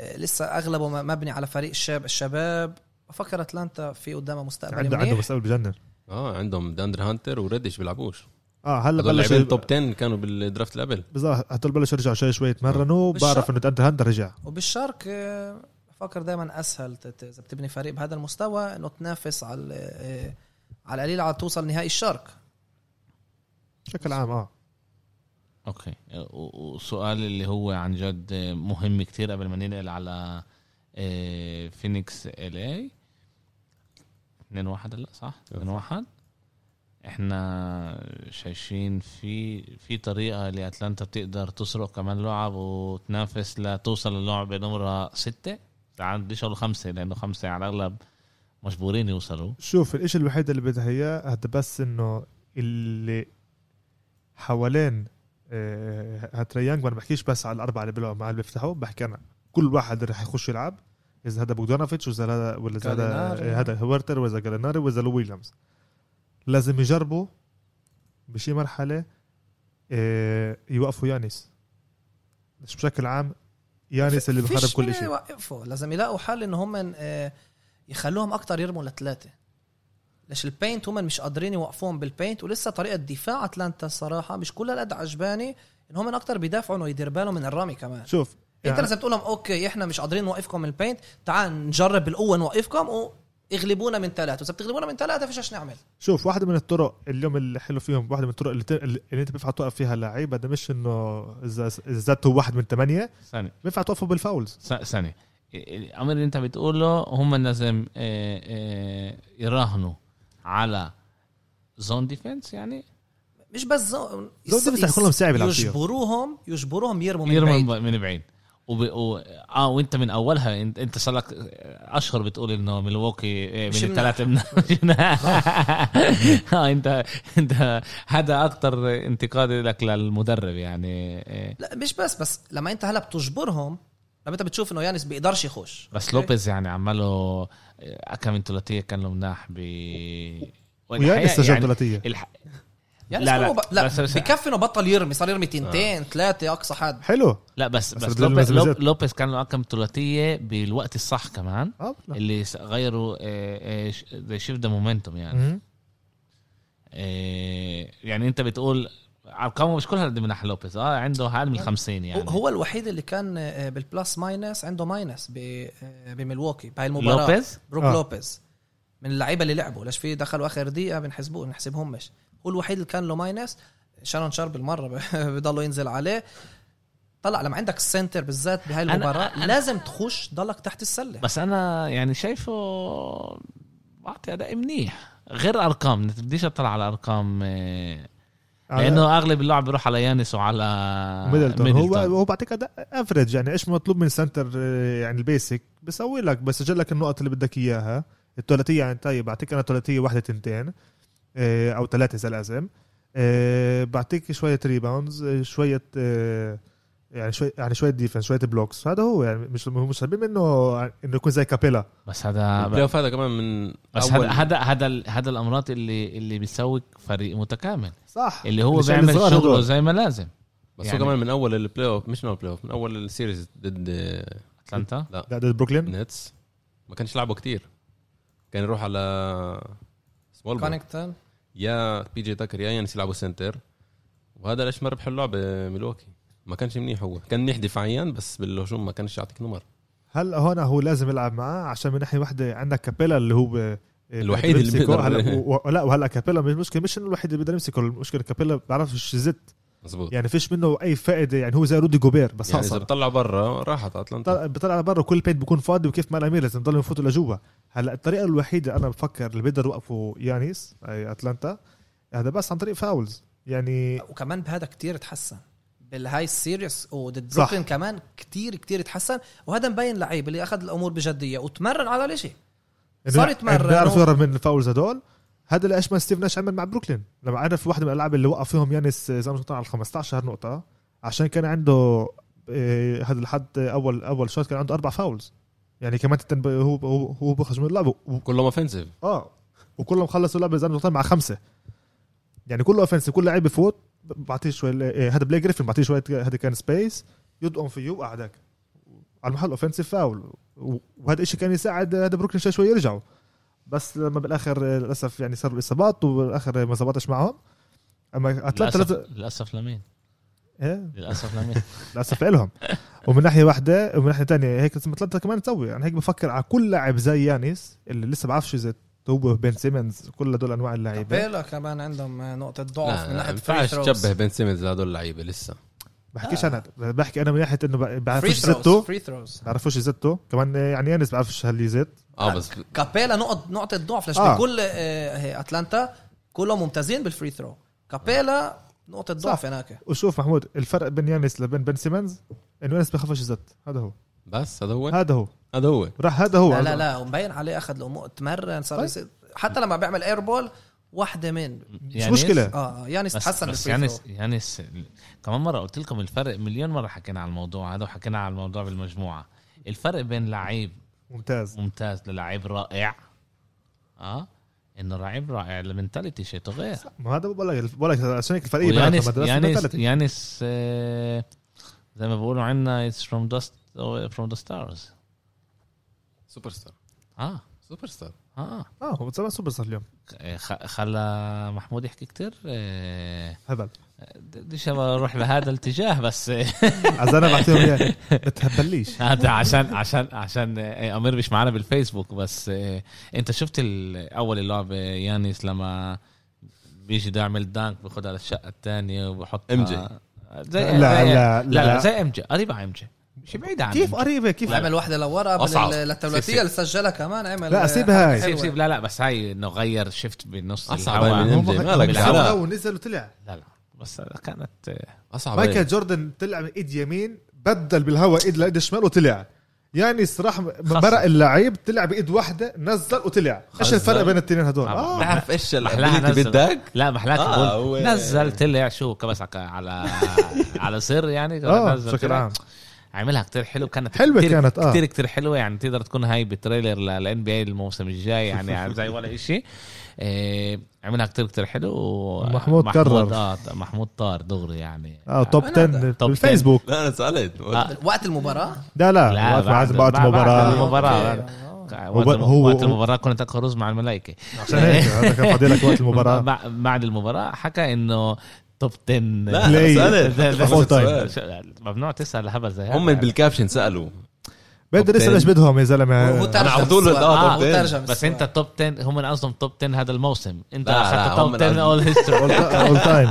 S4: آه، لسه اغلبه م- مبني على فريق الشاب الشباب بفكر اتلانتا في قدامها مستقبل
S2: عنده عنده
S4: منيح
S2: مستقبل بجنن
S3: اه عندهم داندر هانتر وريدش بيلعبوش
S2: اه هلا
S3: هذول
S2: بلش
S3: لاعبين توب 10 كانوا بالدرافت اللي قبل
S2: بالظبط هدول بلشوا يرجعوا شوي
S3: آه.
S2: شوي يتمرنوا
S4: بالش-
S2: بعرف انه انت هندر رجع
S4: وبالشرق آه، بفكر دائما اسهل تت- اذا بتبني فريق بهذا المستوى انه تنافس على ال- آه، على القليل على توصل نهائي الشرق
S2: بشكل عام اه
S1: اوكي و- وسؤال اللي هو عن جد مهم كتير قبل ما ننقل على آه، فينيكس ال اي 2 1 هلا صح؟ 2 1 احنا شايفين في في طريقه لاتلانتا بتقدر تسرق كمان لعب وتنافس لتوصل للعب نمره ستة تعال بديش اقول خمسه لانه خمسه على الاغلب مجبورين يوصلوا
S2: شوف الاشي الوحيد اللي بدها اياه هذا بس انه اللي حوالين آه، هالتريانج وانا بحكيش بس على الاربعه اللي بيلعبوا مع اللي بيفتحوا بحكي انا كل واحد رح يخش يلعب اذا هذا بوغدانوفيتش واذا هذا ولا إذا هذا
S4: جاليناري.
S2: آه، هذا هورتر واذا جاليناري واذا لو ويليامز لازم يجربوا بشي مرحله آه، يوقفوا يانيس مش بشكل عام يانيس اللي بخرب
S4: فيش
S2: كل
S4: مين
S2: شيء
S4: يوقفه لازم يلاقوا حل ان هم آه، يخلوهم اكتر يرموا لثلاثه ليش البينت هم مش قادرين يوقفوهم بالبينت ولسه طريقه دفاع اتلانتا الصراحه مش كل هالقد عجباني ان هم اكتر بيدافعوا انه يدير بالهم من الرمي كمان
S2: شوف
S4: انت
S2: يعني-
S4: لازم تقول لهم اوكي احنا مش قادرين نوقفكم من البينت تعال نجرب بالقوه نوقفكم واغلبونا من ثلاثه واذا بتغلبونا من ثلاثه فيش ايش نعمل
S2: شوف واحدة من الطرق اليوم الحلو فيهم واحدة من الطرق اللي, ت- اللي انت بينفع توقف فيها اللعيبة ده مش انه اذا اذا زادته واحد من ثمانية
S1: ثانيه
S2: بينفع توقفه بالفاولز
S1: س- ثانيه الامر اللي انت بتقوله هم لازم آه، آه، يراهنوا على زون ديفنس يعني
S4: مش بس زون
S2: زون ديفيس رح يكون لهم صعب يلعب فيه.
S4: يجبروهم يجبروهم يرموا من
S1: يرمى
S4: بعيد
S1: من بعيد, من بعيد. وب... و... اه وانت من اولها انت, انت صار لك اشهر آه، بتقول انه ملواكي آه،
S4: مش
S1: من الثلاثه من (laughs) اه انت انت هذا اكثر انتقاد لك للمدرب يعني آه،
S4: لا مش بس بس لما انت هلا بتجبرهم لما انت بتشوف انه يانس بيقدرش يخش
S1: بس
S4: أوكي؟
S1: لوبيز يعني عمله آه، كم من ثلاثيه كان له مناح ب والحقيقة
S2: وياني استجاب
S1: يعني
S2: ثلاثية
S1: الح...
S4: يعني يانس
S1: لا،
S4: لا
S1: لا،
S4: لا, ب... لا
S1: بس- آه. بس-
S4: بكفي انه بطل يرمي صار يرمي تنتين ثلاثه اقصى حد
S2: حلو
S1: لا بس
S2: بس
S1: بس,
S2: بدل
S1: لوبيز,
S2: المزمزات.
S1: لوبيز كان له كم ثلاثيه بالوقت الصح كمان
S2: اه لا.
S1: اللي س- غيروا آه، ذا شيفت ذا مومنتوم يعني
S2: مم.
S1: آه، يعني انت بتقول ارقامه مش كلها قد مناح لوبيز اه عنده اقل من 50
S4: يعني.
S1: يعني
S4: هو الوحيد اللي كان آه، بالبلس ماينس عنده ماينس ب- آه، بملواukee بهاي المباراه
S1: لوبيز
S4: بروك
S2: آه.
S4: آه. لوبيز من اللعيبه اللي لعبوا ليش في دخلوا اخر دقيقه بنحسبوه بنحسبهمش هو الوحيد اللي كان له ماينس شارون شارب المره (laughs) بضلوا ينزل عليه طلع لما عندك السنتر بالذات بهاي
S1: أنا-
S4: المباراه
S1: أنا-
S4: لازم تخش ضلك تحت السله
S1: بس انا يعني شايفه بعطي اداء منيح غير ارقام ما بديش اطلع على ارقام آه، لانه اغلب اللعب بيروح على يانس وعلى
S2: ميدلتون هو
S1: آه، ميدلتون.
S2: هو بعطيك اداء افريج يعني ايش مطلوب من سنتر آه، يعني البيسك بسوي لك بسجل لك النقط اللي بدك اياها الثلاثيه يعني طيب بعطيك انا ثلاثيه واحده تنتين آه، او ثلاثه اذا لازم آه، بعطيك شويه ريباوندز آه، شويه آه، يعني شوي يعني شويه ديفنس شويه بلوكس هذا هو يعني مش هو مش حابين منه انه يكون زي كابيلا
S1: بس هذا
S3: البلاي اوف هذا كمان من
S1: آه، بس
S3: أول-
S1: هذا هذا هذا ال- هذا الامرات اللي اللي بيسوي فريق متكامل
S2: صح
S1: اللي هو
S2: الشيء
S1: بيعمل
S2: الصغار
S1: شغله
S2: هدول.
S1: زي ما لازم
S3: بس
S1: يعني-
S3: هو كمان من اول البلاي اوف مش من اول البلاي اوف من اول السيريز ضد
S1: اتلانتا
S2: لا ضد بروكلين
S3: نتس ما كانش لعبه كتير كان يروح على سمول بول.
S4: كونكتون
S3: يا بي جي تاكر يا يانس يلعبوا سنتر وهذا ليش ما ربحوا اللعبه ملواكي ما كانش منيح هو كان منيح دفاعيا بس بالهجوم ما كانش يعطيك نمر
S2: هلا هون هو لازم يلعب معاه عشان من ناحيه واحده عندك كابيلا اللي هو ب-
S3: الوحيد اللي
S2: بيمسكه.
S3: بيقدر-
S2: هلا و- و- لا وهلا كابيلا مش المشكله مش إنه الوحيد اللي بيقدر يمسكه المشكله كابيلا بيعرفش يزت
S3: مزبوط
S2: يعني فيش منه اي فائده يعني هو زي رودي جوبير بس
S3: يعني اذا
S2: يعني
S3: بطلع برا راحت اتلانتا
S2: بيطلع برا كل بيت بيكون فاضي وكيف ما الامير لازم يضلوا يفوتوا لجوا هلا الطريقه الوحيده انا بفكر اللي بيقدر يوقفوا يانيس أي اتلانتا هذا بس عن طريق فاولز يعني
S4: وكمان بهذا كتير تحسن بالهاي السيريس وضد
S2: صح.
S4: بروكلين كمان كتير كتير تحسن وهذا مبين لعيب اللي اخذ الامور بجديه وتمرن على الاشي
S2: إنه
S4: صار
S2: يع-
S4: يتمرن
S2: إنه يعرف
S4: و-
S2: يهرب من الفاولز هدول هذا اللي اشبه ستيف ناش عمل مع بروكلين لما عرف واحد من الالعاب اللي وقف فيهم يانس اذا مش غلطان على 15 نقطه عشان كان عنده آه، هذا الحد اول اول شوت كان عنده اربع فاولز يعني كمان تتنب- هو هو هو بخرج من اللعبه و-
S3: كلهم اوفنسيف
S2: اه وكله مخلص اللعبه اذا مش غلطان مع خمسه يعني كله اوفنسيف كل لعيب بفوت ب- بعطيه شوي آه، هذا بلاي جريفن بعطيه شويه هذا كان سبيس يدقم فيه وقعدك على المحل اوفنسيف فاول و- وهذا الشيء كان يساعد آه، هذا بروكلين شوي شوي يرجعوا بس لما بالاخر آه، للاسف يعني صاروا الاصابات وبالاخر آه، ما زبطش معهم اما اتلانتا
S1: للاسف
S2: لازم-
S1: للاسف لمين
S2: إيه،
S1: للاسف لمين
S2: للاسف لهم ومن ناحيه واحده ومن ناحيه تانية هيك لازم اتلانتا كمان تسوي انا هيك بفكر على كل لاعب زي يانيس اللي لسه بعرفش اذا توبه بين سيمنز كل هدول انواع اللعيبه
S4: بيلا كمان عندهم نقطه ضعف
S3: لا
S4: من
S3: لا، ما
S4: ناحيه فري
S3: ينفعش
S4: ثروز
S3: تشبه بين سيمنز لهدول اللعيبه لسه
S2: بحكيش انا
S4: آه.
S2: بحكي انا من ناحيه انه ب-
S4: فري
S2: بعرفش
S4: ثروز
S2: زته
S4: فري ثروز
S2: بعرفش زته كمان يعني يانس بعرفش هل يزت
S3: اه بس
S4: كابيلا نقط نقطه ضعف ليش
S2: آه.
S4: بكل آه، هي اتلانتا كلهم ممتازين بالفري ثرو كابيلا نقطه ضعف هناك
S2: وشوف محمود الفرق بين يانس لبين بن سيمنز انه يانس بخافش الزت هذا هو
S3: بس هذا هو
S2: هذا هو
S3: هذا هو
S2: راح هذا هو
S4: لا لا لا ومبين عليه اخذ الامور تمرن صار
S2: طيب.
S4: يصير- حتى لما بيعمل ايربول واحده من
S2: مش مشكله
S4: اه آه، يانس
S1: يعني بس,
S4: تحسن
S1: بس يعني
S4: بالفري
S1: يانس
S4: ثرو
S1: يانس كمان مره قلت لكم الفرق مليون مره حكينا على الموضوع هذا وحكينا على الموضوع بالمجموعه الفرق بين لعيب
S2: ممتاز
S1: ممتاز للعيب رائع اه انه لعيب رائع المنتاليتي شيء غير
S2: ما هذا بقول لك بقول لك عشان هيك الفريق
S1: يانس
S2: بيناتهم، هذا بس
S1: يانس
S2: mentality.
S1: يانس آه، زي ما بيقولوا عندنا اتس فروم داست فروم ذا ستارز
S3: سوبر ستار
S1: اه
S3: سوبر ستار
S1: اه
S2: اه هو بتسمع سوبر ستار اليوم
S1: خ- خلى محمود يحكي كتير آه،
S2: هبل
S1: بديش اروح بهذا الاتجاه بس آه،
S2: عز انا بعطيهم اياه ما
S4: (laughs)
S2: تهبليش
S1: هذا عشان عشان عشان آه، امير مش معنا بالفيسبوك بس آه، انت شفت ال- اول اللعبه يانيس لما بيجي بده يعمل دانك بياخذها للشقه الثانيه وبحط
S3: MJ.
S1: آه، زي
S2: لا، لا،
S1: لا لا,
S2: لا.
S1: لا زي ام جي آه، قريبه على ام جي مش بعيده عن
S2: كيف
S1: MJ.
S2: قريبه كيف
S4: عمل واحده لورا بال-
S3: أصعب.
S1: سيب-
S4: للثلاثيه
S1: سيب.
S4: اللي سجلها كمان عمل
S2: لا، سيبها هاي.
S1: سيب سيب
S4: سيب
S1: لا لا بس هاي انه غير شفت بالنص
S3: أصعب
S1: الهوا.
S3: من
S1: هو
S3: MJ.
S1: بغ- بالهوا.
S3: مالك بالعراق.
S2: هو نزل وطلع
S1: لا لا بس كانت آه،
S3: اصعب
S2: مايكل
S3: هيك.
S2: جوردن طلع من ايد يمين بدل بالهواء ايد لايد شمال وطلع يعني راح مرق
S1: خسر.
S2: اللعيب طلع بايد واحده نزل وطلع ايش
S3: خسر.
S2: الفرق بين الاثنين هدول
S1: طبعاً.
S2: اه
S3: بعرف ايش
S1: محلاها
S3: الابيليتي
S1: نزل
S3: بدك
S1: لا محلاك
S3: آه،
S1: آه
S3: هو-
S1: نزل طلع شو كبس على
S2: (laughs)
S1: على, على سر يعني
S2: اه
S1: نزل
S2: بشكل
S1: طلع.
S2: عام
S1: عملها كتير حلو كانت
S2: حلوة
S1: كتير
S2: كانت، آه.
S1: كتير كتير حلوة يعني تقدر تكون هاي بتريلر للان بي اي الموسم الجاي
S2: (laughs)
S1: يعني زي ولا اشي آه، عملها كتير كتير حلو و-
S2: محمود كرر.
S1: آه، محمود طار دغري يعني
S2: اه توب
S4: أنا-
S2: 10
S1: توب
S2: بالفيسبوك
S3: لا انا سألت
S1: آه.
S4: وقت المباراه
S2: لا لا وقت- بعد بعد المباراه
S1: المباراة
S2: هو- هو-
S1: وقت المباراة كنت أكرز مع الملائكة
S2: (laughs) عشان هيك هذا كان فاضي لك
S1: (laughs)
S2: وقت المباراه
S1: مع- بعد المباراة حكى إنه توب 10
S3: لا
S2: Play.
S3: انا سألت
S1: ده- ده-
S2: Full time.
S3: سؤال.
S1: (laughs) ممنوع تسأل هبل زي هذا
S3: هم بالكابشن سالوا
S2: بدري اسال ايش بدهم يا زلمه
S4: (laughs) هو ترجم
S3: أنا على طول
S4: السؤال.
S3: آه،
S4: هو
S3: طب
S4: ترجم
S1: بس
S4: السؤال.
S1: انت توب 10 هم قصدهم توب 10 هذا الموسم انت
S3: لا، لا،
S1: اخذت
S3: هم
S1: توب 10 اول
S2: اول
S3: (laughs)
S1: هيستوري
S2: أول تايم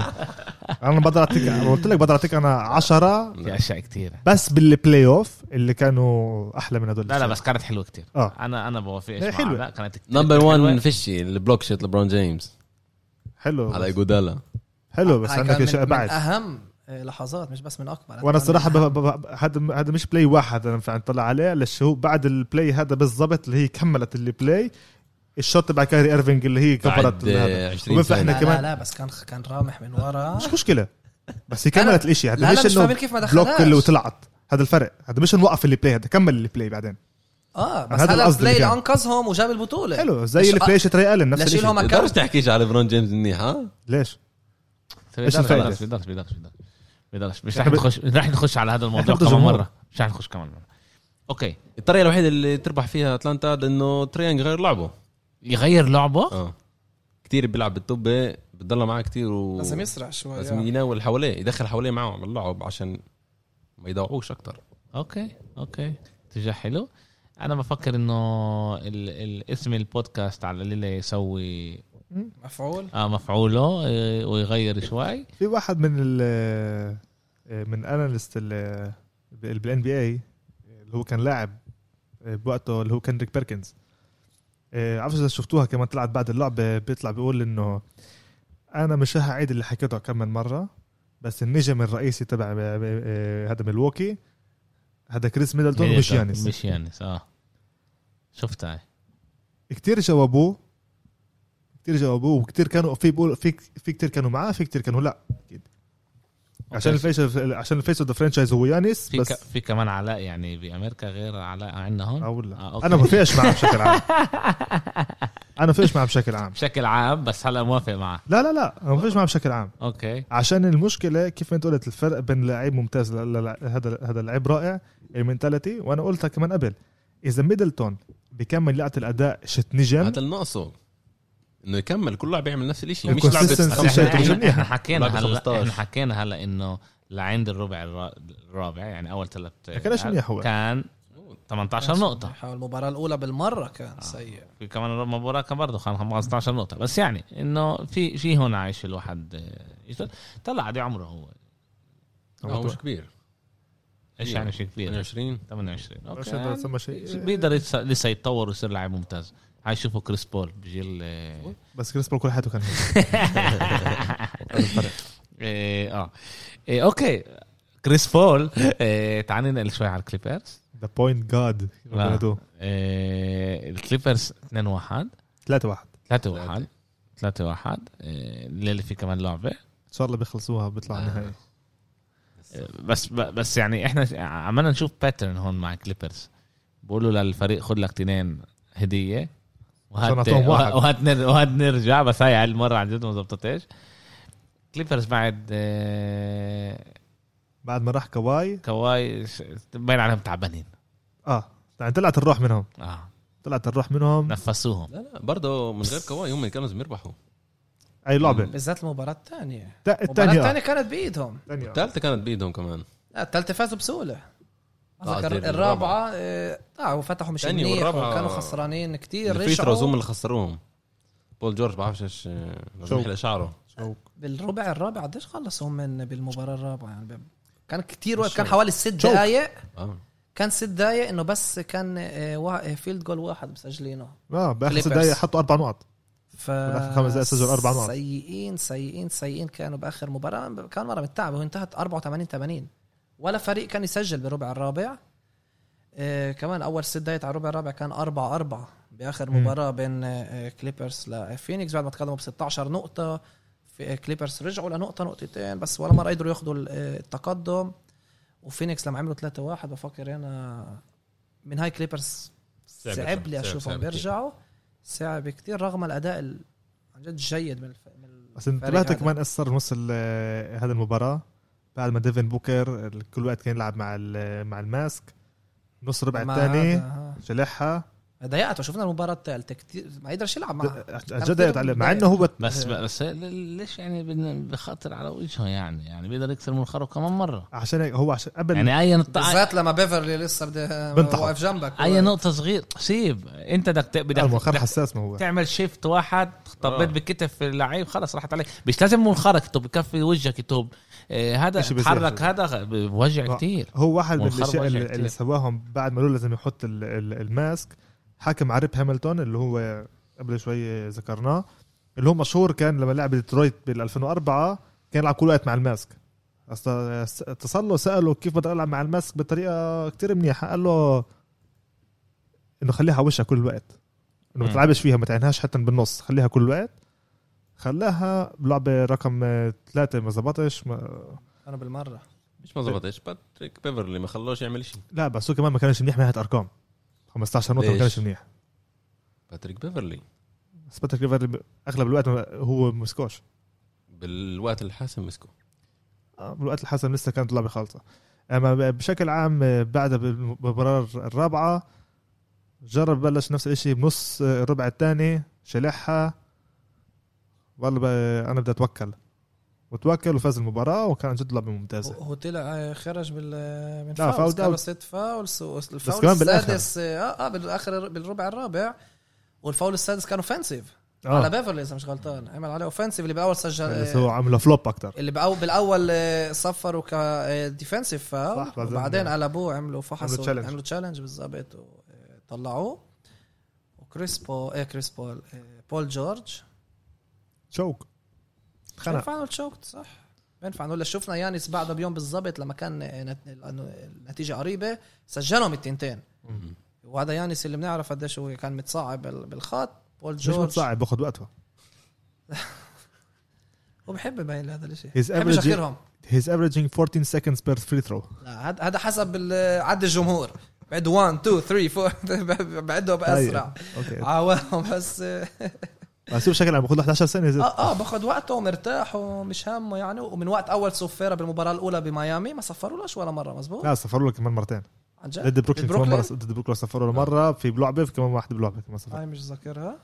S2: انا بقدر اعطيك قلت لك بقدر اعطيك انا 10
S1: في اشياء كثيره
S2: بس بالبلاي اوف اللي كانوا احلى من هدول
S1: لا لا بس كانت حلوه كثير
S2: آه.
S1: انا انا بوافقش
S2: هي
S1: مع
S2: حلوة.
S1: لا كانت كتير
S3: نمبر
S1: حلوة.
S3: 1 فيشي البلوك شيت لبرون جيمس
S2: حلو
S3: على
S2: بس
S3: ايجودالا
S2: حلو بس
S4: آه، هاي
S2: عندك
S4: كان
S2: اشياء
S4: من-
S2: بعد
S4: من اهم لحظات مش بس من اكبر
S2: وانا صراحه ب- ب- ب- هذا هذا مش بلاي واحد انا ينفع نطلع عليه ليش هو بعد البلاي هذا بالضبط اللي هي كملت البلاي الشوت تبع كاري ايرفينج اللي هي كفرت
S3: بعد
S2: هذا
S3: آه، 20
S2: وبينفع
S4: لا
S2: احنا
S3: سنه
S4: لا
S2: كمان-
S4: لا بس كان كان رامح من ورا
S2: مش مشكله بس هي كملت الاشي
S4: لا
S2: هذا
S4: لا
S2: مش
S4: مش
S2: انه
S4: فاهمين كيف ما
S2: بلوك
S4: دخلهاش
S2: اللي وطلعت هذا الفرق هذا مش نوقف البلاي هذا كمل البلاي بعدين
S4: اه بس
S2: هذا
S4: هذا
S2: القصد
S4: البلاي
S2: اللي
S4: اللي
S2: كان.
S4: انقذهم وجاب البطوله
S2: حلو زي
S4: آه،
S2: البلاي شت ري الن نفس
S4: لشيلهم
S2: الشيء
S4: مكان
S3: تقدرش تحكيش على برون جيمس منيح ها
S2: ليش؟
S1: بيقدرش-
S2: إيش الفايدة؟
S1: بيقدرش بيقدرش بيقدرش بيقدرش بيقدرش مش رح
S2: إحنا بد-
S1: نخش مش رح نخش على هذا الموضوع
S2: بده
S1: كمان
S2: جمهور.
S1: مره مش رح نخش كمان مره اوكي
S3: الطريقه الوحيده اللي تربح فيها اتلانتا انه تريانج غير لعبه
S1: يغير لعبه
S3: اه كثير بيلعب بالطبه بتضلها معاه كثير و
S4: لازم يسرع شوي
S3: لازم
S4: آه.
S3: يناول حواليه يدخل حواليه معه على اللعب عشان ما يضيعوش اكثر
S1: اوكي اوكي اتجاه حلو انا بفكر انه ال- ال- اسم البودكاست على الليله يسوي
S4: مفعول
S1: اه مفعوله آه، ويغير شوي
S2: في واحد من ال آه، من اناليست بالان بي اي آه، اللي هو كان لاعب آه، بوقته اللي هو كندريك بيركنز آه، عرفش اذا شفتوها كمان طلعت بعد اللعبه بيطلع بيقول انه انا مش رح اعيد اللي حكيته كم من مره بس النجم الرئيسي تبع آه، آه، هذا ملواكي هذا كريس ميدلتون مش يانس
S1: مش يانس اه شفتها
S2: كتير جاوبوه كتير جاوبوه وكتير كانوا في بقول في في كتير كانوا معاه في كتير كانوا لا اكيد عشان الفيس عشان الفيس اوف ذا فرانشايز هو يانس
S1: في, ك... أه؟
S2: بس
S1: في كمان علاء يعني بامريكا غير علاء عندنا هون
S2: او لا
S1: آه، أوكي.
S2: انا ما فيش معاه
S1: (laughs)
S2: بشكل عام انا ما فيش معاه بشكل عام
S1: بشكل عام بس هلا موافق معه
S2: لا لا لا أنا ما فيش معاه بشكل عام
S1: اوكي
S2: عشان المشكله كيف انت قلت الفرق بين لعيب ممتاز ل- ل- ل- هذا هذا لعيب رائع المنتاليتي وانا قلتها كمان قبل اذا ميدلتون بكمل لعبه الاداء شت نجم
S3: هذا اللي ناقصه انه يكمل كل لاعب يعمل نفس الشيء مش لعبه
S2: الconsistency
S1: بس احنا,
S2: شيء
S1: احنا,
S2: تجنيها.
S1: احنا حكينا
S3: لعبة
S1: هلا
S3: 15.
S1: احنا حكينا هلا انه لعند الربع الرا- الرابع يعني اول ثلاث
S2: كانش منيح هو.
S1: كان 18 نقطة آه.
S4: المباراه الاولى بالمره كان سيء
S1: في كمان المباراة كان برضه كان 15 نقطة بس يعني انه في في هون عايش الواحد آه، يشتغل. طلع دي عمره هو
S3: هو مش كبير
S1: ايش يعني شيء كبير
S3: 22
S1: 28
S2: مش هذا
S1: اوكي
S2: سمى شيء
S1: بيقدر يتس- لسه يتطور ويصير لاعب ممتاز حيشوفوا كريس بول بجيل آه، (laughs)
S2: بس كريس بول كل حياته كان هيك (laughs)
S1: آه، إيه، اه إيه، اوكي كريس بول إيه، تعال ننقل شوي على الكليبرز
S2: ذا بوينت جاد
S1: إيه، الكليبرز 2 1
S2: 3 1
S1: 3 1 3 1 الليله آه، في كمان لعبه
S2: ان شاء الله بيخلصوها بيطلع
S1: آه.
S2: النهائي
S1: بس بس يعني احنا عمالنا نشوف باترن هون مع الكليبرز بقولوا للفريق خد لك تنين هديه
S2: عشان
S1: وهات
S2: أعطوهم واحد.
S1: وهات نر- وهات نرجع بس هاي هالمره عن جد ما زبطتش كليبرز بعد آه،
S2: بعد ما راح كواي
S1: كواي ش- باين عليهم تعبانين
S2: اه يعني طلعت الروح منهم
S1: اه
S2: طلعت الروح
S1: نعم.
S2: منهم
S1: نفسوهم
S3: لا لا برضه من غير كواي هم كانوا لازم يربحوا
S2: اي لعبه
S4: بالذات المباراه الثانيه
S2: الت-
S4: المباراه
S2: الثانيه
S4: الثانيه كانت بايدهم
S2: آه. الثانية آه.
S3: الثالثه كانت بايدهم كمان
S4: لا الثالثه فازوا بسهوله
S3: آه،
S4: أذكر
S3: الرابعة.
S4: الرابعه اه آه، وفتحوا مش
S3: الثانية
S4: منيح
S3: والرابعة.
S4: وكانوا خسرانين كثير
S3: الفري ثروز هم
S4: رجعوا
S3: اللي خسروهم بول جورج بعرفش ايش آه، لازم
S2: شو.
S3: يحلق شعره
S2: شوك.
S4: بالربع الرابع قديش خلصوا هم من بالمباراه الرابعه يعني ب- كان كتير وقت
S2: مش
S4: كان
S2: شوط.
S4: حوالي ست
S2: شوط.
S4: دقائق
S3: اه
S4: كان ست دقائق انه بس كان آه، وا- آه، فيلد جول واحد مسجلينه
S2: اه باخر ست
S4: Clippers.
S2: دقايق حطوا اربع نقط
S4: ف
S2: بالآخر خمس دقايق سجلوا أربع نقط.
S4: سيئين سيئين سيئين كانوا باخر مباراه كان مره متعب وانتهت 84 80 ولا فريق كان يسجل بالربع الرابع آه كمان اول ست دقائق على الربع الرابع كان 4 4 باخر
S2: مم.
S4: مباراه بين آه، كليبرز لفينيكس بعد ما تقدموا ب 16 نقطه في آه، كليبرز رجعوا لنقطه نقطتين بس ولا مره قدروا ياخذوا ال- آه، التقدم وفينيكس لما عملوا 3 1 بفكر انا من هاي كليبرز
S3: صعب
S4: صعب لي
S3: صعب-
S4: اشوفهم
S3: صعب
S4: بيرجعوا صعب كتير رغم الاداء ال- عن جد جيد من الف... من
S2: بس انتبهت كمان اثر نص ال- هذا المباراه بعد ما ديفن بوكر ال- كل وقت كان يلعب مع ال- مع الماسك نص ربع الثاني شلحها
S4: ضيقته شفنا المباراه الثالثه كتير ما يقدرش يلعب معها
S2: عن جد يتعلم. مع انه هو
S1: بس بس ليش يعني بدنا- بخاطر على وجهه يعني يعني بيقدر يكسر منخره كمان مره
S2: عشان هيك هو عشان قبل
S1: يعني اي نقطه
S4: بالذات لما بيفرلي لسه بده
S2: بنطحن.
S4: واقف جنبك
S1: اي نقطه صغير سيب انت بدك ت-
S2: آه، المؤخر
S1: بدك
S2: حساس ما هو
S1: تعمل شيفت واحد
S3: آه.
S1: طبيت بكتف اللعيب خلص راحت عليك مش لازم منخرك يطب بكفي وجهك يطب آه، هذا
S2: إشي بيصير.
S1: تحرك هذا بوجع
S2: آه.
S1: كتير
S2: هو واحد من
S1: والخرب
S2: الاشياء
S1: وجهك
S2: اللي,
S1: كتير.
S2: اللي سواهم بعد ما قالوا لازم يحط ال- ال- الماسك حكم على ريب هاملتون اللي هو قبل شوي ذكرناه اللي هو مشهور كان لما لعب ديترويت بال 2004 كان يلعب كل وقت مع الماسك أصل- اتصل له ساله كيف بدي العب مع الماسك بطريقه كتير منيحه قال له انه خليها على وشها كل الوقت انه ما
S1: مم.
S2: تلعبش فيها ما تعينهاش حتى بالنص خليها كل الوقت خلاها بلعبه رقم ثلاثه ما زبطش ما
S4: انا بالمره
S3: مش ما زبطش باتريك بيفرلي ما خلوش يعمل شيء
S2: لا بس هو كمان ما كانش منيح من ناحيه ارقام 15 نقطه ما
S3: ليش؟
S2: كانش منيح
S3: باتريك بيفرلي
S2: بس باتريك بيفرلي ب- اغلب الوقت ما- هو مسكوش
S3: بالوقت الحاسم مسكه
S2: آه، بالوقت الحسن لسه كانت اللعبه خالصه اما ب- بشكل عام آه، بعد بالمباراه الرابعه جرب بلش نفس الشيء بنص آه، الربع الثاني شلحها والله ب- انا بدي اتوكل وتوكل وفاز المباراه وكان عن جد لعبه
S4: هو-
S2: ممتازه
S4: هو طلع آه، خرج بال آه، من
S2: آه،
S4: فاولز
S2: fouled
S4: كانوا
S2: out.
S4: ست فاولز والفاول
S2: كمان بالآخر.
S4: السادس اه اه بالاخر بالربع الرابع والفاول السادس كان اوفنسيف على
S2: اه
S4: بيفرلي اذا مش غلطان إيه، عمل عليه اوفنسيف اللي باول سجل
S2: بس
S4: آه،
S2: هو عمله فلوب اكثر
S4: اللي بأو بالاول آه، صفروا كديفنسيف فاول
S2: صح، بعدين-
S4: وبعدين قلبوه عملوا فحصوا
S2: عملوا challenge.
S4: عملوا تشالنج بالضبط وطلعوه وكريس بول ايه كريس بول آه، بول جورج
S2: شوك خنق
S4: بينفع نقول تشوكت صح بينفع نقول شفنا يانس بعده بيوم بالضبط لما كان آه، نت- النتيجه قريبه سجلهم التنتين وهذا يانس اللي بنعرف قديش هو كان متصاعد بال- بالخط بول
S2: مش
S4: جورج
S2: متصعب باخذ وقته
S4: هو بحب باين هذا الشيء
S2: His
S4: بحب
S2: average-
S4: يشكرهم
S2: He's averaging 14 seconds per free throw
S4: لا هذا هذا حسب ال- عد الجمهور بعد 1 2 3 4 (laughs) بعده باسرع
S2: اوكي
S4: عواهم بس اه
S2: بس هو بشكل عام باخذ 11 سنه زي
S4: اه باخذ وقته ومرتاح ومش همه يعني ومن وقت اول صفيره بالمباراه الاولى بميامي ما صفرولوش ولا مره مزبوط
S2: لا سفروا له كمان مرتين
S4: عن جد
S2: ضد بروكلين كمان
S4: بروكلين؟
S2: مره ضد بروكلين سفروا له مره في بلعبه في كمان واحده بلعبه كمان سفروا
S4: هاي مش ذاكرها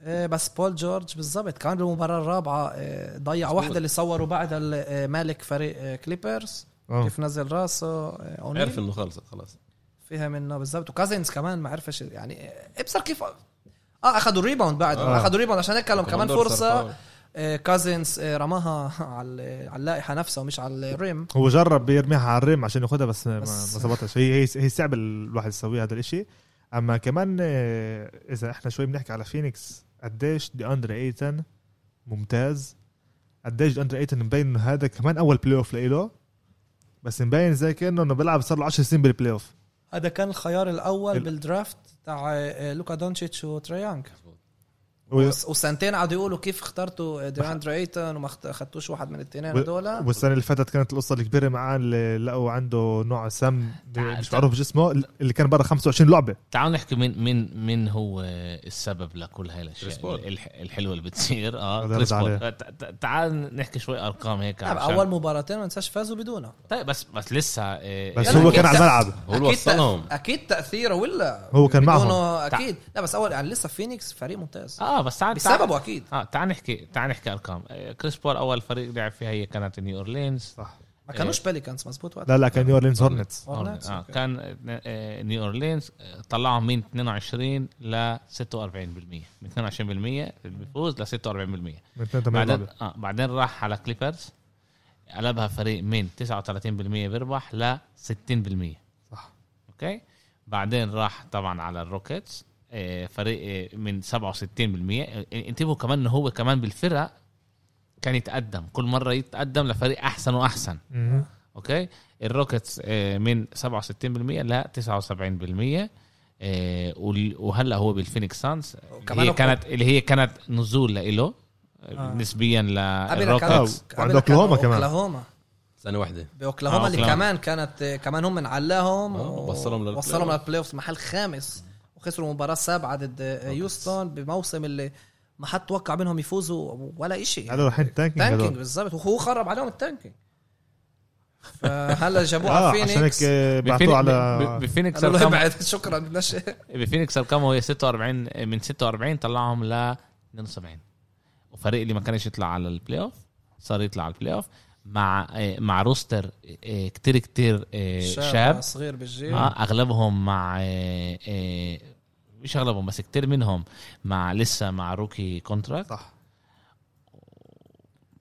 S4: آه، بس بول جورج بالضبط كان بالمباراه الرابعه آه، ضيع
S3: مظبوط.
S4: واحده اللي صوروا بعدها ال- آه، مالك فريق آه، كليبرز
S2: آه.
S4: كيف نزل راسه آه، أونيل.
S3: عرف انه خلصت خلاص
S4: فيها منه بالضبط وكازنز كمان ما عرفش يعني ابصر كيف اه اخذوا الريباوند بعد آه.
S3: آه.
S4: اخذوا الريباوند عشان هيك لهم كمان
S3: كوماندور صار
S4: فرصه
S3: فاول.
S4: آه، كازنز آه، رماها (laughs) على على اللائحه نفسها ومش على الريم
S2: هو جرب يرميها على الريم عشان ياخذها بس ما ما
S4: بس-
S2: ظبطش هي هي هي صعب الواحد يسوي هذا الشيء اما كمان آه، اذا احنا شوي بنحكي على فينيكس قديش دي اندري ايتن ممتاز قديش دي اندري ايتن مبين انه هذا كمان اول بلاي اوف له بس مبين زي كانه انه بيلعب صار له 10 سنين بالبلاي اوف
S4: هذا كان الخيار الاول
S2: ال-
S4: بالدرافت تاع آه، لوكا دونتشيتش وتريانج
S2: و-
S4: وسنتين قعدوا يقولوا كيف اخترتوا ديراندر ايتون وما اخت- اخدتوش واحد من الاثنين
S2: و-
S4: هذول
S2: والسنه آه. اللي فاتت كانت القصه الكبيره معاه اللي لقوا عنده نوع سم
S1: تعال-
S2: مش معروف جسمه اللي كان برا 25 لعبه
S1: تعالوا نحكي من من من هو السبب لكل هاي
S3: كريس
S1: الاشياء
S3: بول.
S1: الح- الحلوه اللي بتصير اه
S2: هذا
S1: كريس
S2: رد
S1: بول.
S2: عليه.
S1: تع- تع- تعال نحكي شوي ارقام هيك
S4: نعم،
S1: عشان-
S4: اول مباراتين ما ننساش فازوا بدونه
S1: طيب بس بس لسه آه،
S2: بس
S1: يعني
S2: هو
S4: أكيد
S2: كان على
S4: تأ-
S2: الملعب
S3: هو اللي
S4: أكيد
S3: وصلهم.
S4: تأ- اكيد تاثيره ولا
S2: هو كان معهم.
S4: بدونه اكيد لا بس اول يعني لسه فينيكس فريق ممتاز
S1: اه بس تعال تعال-
S4: بسببه اكيد
S1: اه تعال نحكي تعال نحكي ارقام آه، كريس بول اول فريق لعب فيها هي كانت نيو اورلينز
S2: صح
S4: ما كانوش بيليكانز مزبوط وقت
S2: إيه. لا لا كان نيو اورلينز هورنتس
S4: هورنتس،
S1: آه
S4: أوكي.
S1: كان آه، آه، نيو اورلينز آه، طلعهم من 22 ل 46% من 22% الفوز ل 46%
S2: من 82
S1: بعدين
S2: لعبه
S1: آه بعدين راح على كليبرز قلبها فريق من 39% بيربح ل 60%
S2: صح
S1: اوكي بعدين راح طبعا على الروكيتس آه، فريق آه، من 67% آه، انتبهوا كمان انه هو كمان بالفرق كان يتقدم كل مره يتقدم لفريق احسن واحسن
S2: مهم.
S1: اوكي الروكيتس آه، من 67% ل 79% آه، وال- وهلا هو بالفينيكس سانز
S4: وكمان
S1: هي
S4: هو-
S1: كانت اللي هي كانت نزول لإله
S4: آه.
S1: نسبيا
S4: قبل كانوا-
S1: للروكيتس
S4: قبل
S2: وعنده
S4: كانوا
S2: أوكلاهوما كمان.
S4: اوكلاهوما
S3: سنه واحده
S4: باوكلاهوما
S1: آه،
S4: اللي
S1: أوكلاهوما.
S4: كمان كانت كمان هم نعلاهم
S3: آه،
S4: و-
S3: وصلهم للبلاي
S4: وصلهم
S3: أوف.
S4: للبلاي اوف محل خامس وخسروا مباراة سابعة ضد يوستون بموسم اللي ما حد توقع منهم يفوزوا ولا شيء
S2: قالوا رايحين تانكينج
S4: تانكينج
S2: هدول.
S4: بالظبط وهو خرب عليهم التانكينج
S2: (laughs)
S4: فهلا جابوه
S2: اه
S4: على
S2: عشان
S4: فينيكس
S2: هيك آه، بعتوه على
S1: بفينيكس
S4: قالوا له
S1: الرقم
S4: (laughs) ابعد شكرا بدناش
S1: بفينيكس الرقم هو 46 من 46 طلعهم ل 72 وفريق اللي ما كانش يطلع على البلاي اوف صار يطلع على البلاي اوف مع آه، مع روستر آه، كتير كتير آه، شاب
S4: صغير بالجيل
S1: آه اغلبهم مع آه، آه، مش اغلبهم بس كتير منهم مع لسه مع روكي كونتراكت
S2: صح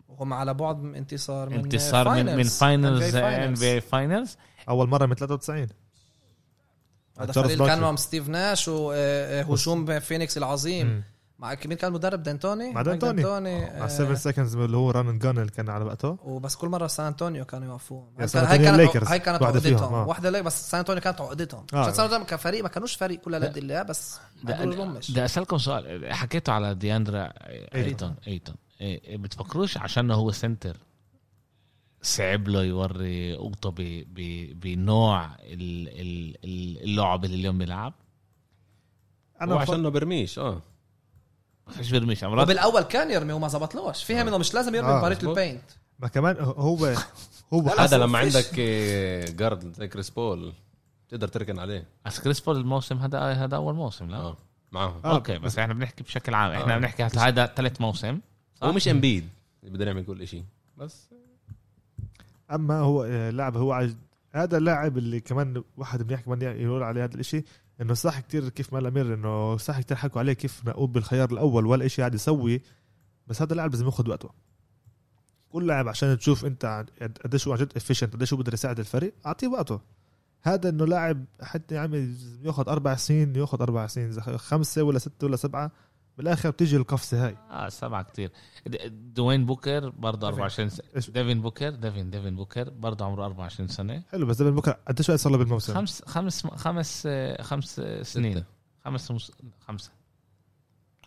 S4: وهم على بعد من انتصار من
S1: انتصار من آه، من فاينلز ان بي
S4: NBA
S1: اي فاينلز
S2: اول مره من 93
S4: هذا
S2: جارث
S4: فريق آه، كان
S2: باتلر.
S4: معهم ستيف ناش آه، وهجوم فينيكس العظيم
S2: مم.
S4: مع مين كان المدرب دانتوني؟
S2: مع
S4: مايك
S2: دانتوني.
S4: دانتوني
S2: مع
S4: آه،
S2: 7 سكندز اللي هو ران اند جان اللي كان على وقته
S4: وبس كل مره سان انطونيو كانوا يوقفوه
S2: يا
S4: هاي
S2: سان
S4: كانت هاي
S2: أنطونيو
S4: كانت
S2: الليكرز،
S4: هاي كانت
S2: واحدة فيهم،
S4: عقدتهم
S2: آه.
S4: واحده ليك بس سان انطونيو كانت عقدتهم
S2: آه.
S4: عشان سان انطونيو كفريق ما كانوش فريق كل قد الله بس
S1: ده-
S4: بدولهمش
S1: بدي اسالكم سؤال حكيتوا على دياندرا ايتون
S2: أيتون.
S1: ايتون إيه، بتفكروش عشان هو سنتر صعب له يوري قوته ب- ب- بنوع ال- ال- ال- اللعب اللي اليوم بيلعب
S2: انا
S3: هو عشان
S2: بف-
S3: انه برميش اه
S1: مش برميش عمرات
S4: وبالاول كان يرمي وما زبطلوش فيها انه مش لازم يرمي
S2: آه،
S4: مباراه
S3: مظبوط.
S4: البينت
S2: ما كمان
S4: (laughs)
S2: هو هو
S4: لا،
S3: هذا
S4: صار
S3: لما
S4: فيش.
S3: عندك آه، جارد زي كريس بول تقدر تركن عليه
S1: بس كريس بول الموسم هذا هذا اول موسم لا
S3: اه معاهم
S2: آه.
S1: اوكي بس احنا بنحكي بشكل عام احنا
S3: آه.
S1: بنحكي هت- هذا ثلاث موسم
S4: آه.
S3: هو مش امبيد بدنا نعمل كل شيء بس
S2: اما هو آه، لاعب هو عج... هذا اللاعب اللي كمان واحد بنحكي كمان يقول عليه هذا الاشي انه صح كتير كيف ما الامير انه صح كتير حكوا عليه كيف نقوب بالخيار الاول ولا اشي قاعد يسوي بس هذا اللاعب لازم ياخذ وقته كل لاعب عشان تشوف انت عن- قد- قديش هو عن جد افيشنت قديش هو بيقدر يساعد الفريق اعطيه وقته هذا انه لاعب حتى يعمل ياخذ اربع سنين ياخذ اربع سنين إذا خمسه ولا سته ولا سبعه بالاخر بتيجي القفزه هاي
S1: اه سبعة كتير د- دوين بوكر برضه 24 سنة
S2: إيش-
S1: ديفين بوكر ديفين ديفين بوكر برضه عمره 24 سنة
S2: حلو بس ده بكره قديش وقت صار له بالموسم؟
S1: خمس خمس خمس آه، خمس آه، سنين
S3: ستة.
S1: خمس مس... خمسة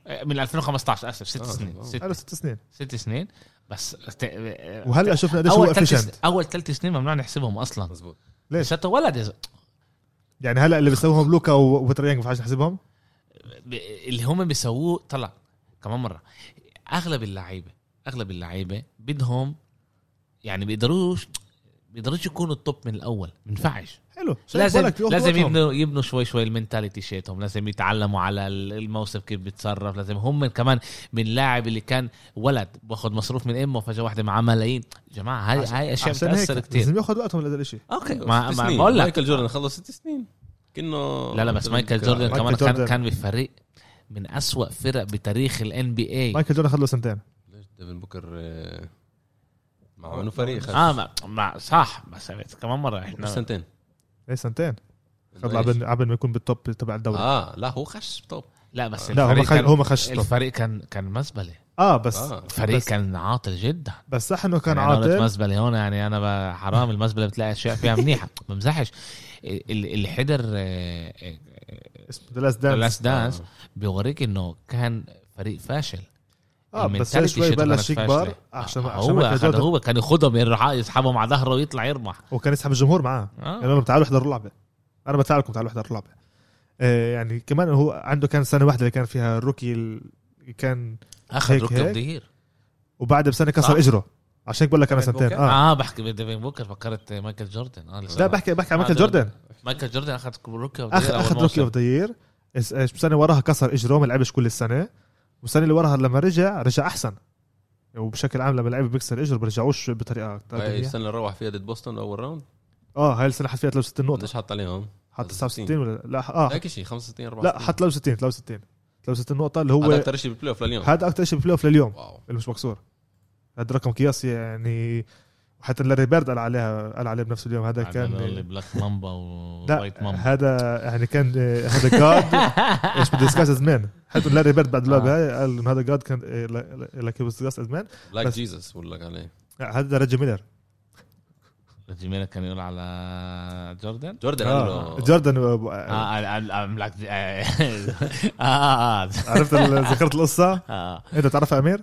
S1: آه، من 2015 اسف ست
S3: آه،
S1: سنين
S3: آه.
S2: له
S1: ست,
S2: ست سنين
S1: ست سنين بس ت- آه،
S2: وهلا شفنا قديش هو
S1: اول ثلاث
S2: افيشنت
S1: سن- اول ثلاث سنين ممنوع نحسبهم اصلا
S3: مزبوط
S2: ليش؟
S1: لساته ولد يا ز-
S2: يعني هلا اللي بيسووهم لوكا و- وتريانج ما ينفعش نحسبهم
S1: ب- اللي هم بيسووه طلع كمان مره اغلب اللعيبه اغلب اللعيبه بدهم يعني بيقدروش بيقدروش يكونوا التوب من الاول ما ينفعش
S2: حلو شايف
S1: لازم
S2: بالك بياخدوا
S1: لازم
S2: وقتهم.
S1: يبنوا يبنوا شوي شوي المينتاليتي شيتهم لازم يتعلموا على ال- الموسم كيف بيتصرف لازم هم كمان من لاعب اللي كان ولد باخذ مصروف من امه فجاه واحده معاه ملايين جماعه هاي
S2: عشان-
S1: هاي اشياء
S2: عشان هيك
S1: بتاثر كثير
S2: لازم ياخذ وقتهم لهذا الشيء
S1: اوكي
S3: ست
S1: ما ما
S3: سنين.
S1: بقول لك
S3: مايكل جوردن خلص ست سنين كأنه
S1: لا لا بس مايكل جوردن
S2: مايكل
S1: كمان كان
S2: جوردن.
S1: كان بفريق من أسوأ فرق بتاريخ الان بي اي
S2: مايكل جوردن خد له سنتين
S3: ليش ديفن بوكر آه، مع منو فريق
S1: اه آه، ما, ما صح بس كمان مره
S3: مش
S1: احنا
S3: سنتين
S2: ايه سنتين قبل قبل قبل ما يكون بالتوب تبع الدوري
S3: اه لا هو خش طب
S1: لا بس
S2: لا هو
S1: آه. الفريق
S2: ما خش
S1: كان
S2: هو ما خش التوب
S1: الفريق كان كان مزبله
S2: اه بس
S3: آه.
S1: الفريق
S2: بس-
S1: كان عاطل جدا
S2: بس صح انه كان
S1: يعني أنا قلت
S2: عاطل
S1: مزبله هون يعني انا ب- حرام المزبله بتلاقي اشياء فيها منيحه ما (laughs) بمزحش ال- آه، اللي حضر
S2: اسمه ذا لاست دانس
S1: لاست
S3: آه.
S1: دانس بيوريك انه كان فريق فاشل
S2: اه بس
S1: المنتاليتي
S2: هي شوي
S1: شتو
S2: بلش
S1: كانت
S2: يكبر آه،
S1: فاشلة.
S2: عشان عشان
S1: آه، هو
S2: مايكل
S1: أخد-
S2: جوردن
S1: هو كان ياخذهم يروح يسحبهم على ظهره ويطلع يرمح
S2: وكان يسحب الجمهور معاه يعني
S1: آه.
S2: قال لهم تعالوا احضروا اللعبه انا بدفع لكم تعالوا احضروا اللعبه آه، يعني كمان هو عنده كان سنه واحده اللي كان فيها الروكي ال- كان
S1: اخذ
S2: هيك-
S1: روكي
S2: هيك.
S1: اوف ذا يير
S2: وبعدها بسنه كسر
S1: آه.
S2: اجره عشان هيك بقول لك انا
S4: ديفين
S2: سنتين
S4: بوكر؟
S2: اه
S1: اه بحكي ديفين بوكر فكرت مايكل جوردن اه لسه
S2: لا بحكي بحكي عن
S1: آه،
S2: مايكل
S1: دول-
S2: جوردن
S1: مايكل جوردن اخذ روكي اوف ذا
S2: اخذ
S1: يير
S2: اخذ روكي اوف ذا يير السنه وراها كسر اجره ما لعبش كل السنه والسنه اللي وراها لما رجع رجع احسن وبشكل عام لما لعيبه بيكسر اجره برجعوش بطريقه أكتر
S3: هاي
S2: منيحة.
S3: السنه اللي روح فيها ضد بوسطن اول راوند
S2: اه هاي السنه حط فيها 63 نقطه
S3: قديش حط عليهم؟
S2: حط 69
S3: 60.
S2: ولا لا اه
S3: هيك شيء 65 64
S2: لا حط 63 63 63 نقطه اللي
S3: هذا
S2: هو
S3: اكثر شيء بالبلاي اوف لليوم
S2: هذا اكثر شيء بالبلاي اوف لليوم
S3: واو
S2: اللي مش مكسور هذا رقم قياسي يعني وحتى لاري بيرد قال عليها قال عليه بنفس اليوم هذا
S1: كان
S2: كان
S1: بلاك مامبا
S2: (laughs) لا
S1: ووايت مامبا
S2: هذا يعني كان هذا جاد ايش بدي discuss از مان حتى لاري بيرد بعد
S3: آه.
S2: اللعبه هاي قال انه هذا جاد كان لك ديسكاس از مان
S3: لايك
S2: بس-
S3: جيزس بقول لك عليه
S2: هذا ريجي ميلر
S1: جميلة كان يقول على جوردن
S3: جوردن قال
S2: آه.
S3: له
S2: جوردن آه،
S1: اه اه بلاك اه اه
S2: عرفت ال-
S3: آه.
S2: ذكرت
S3: (laughs)
S2: القصه
S1: اه
S2: انت تعرفها امير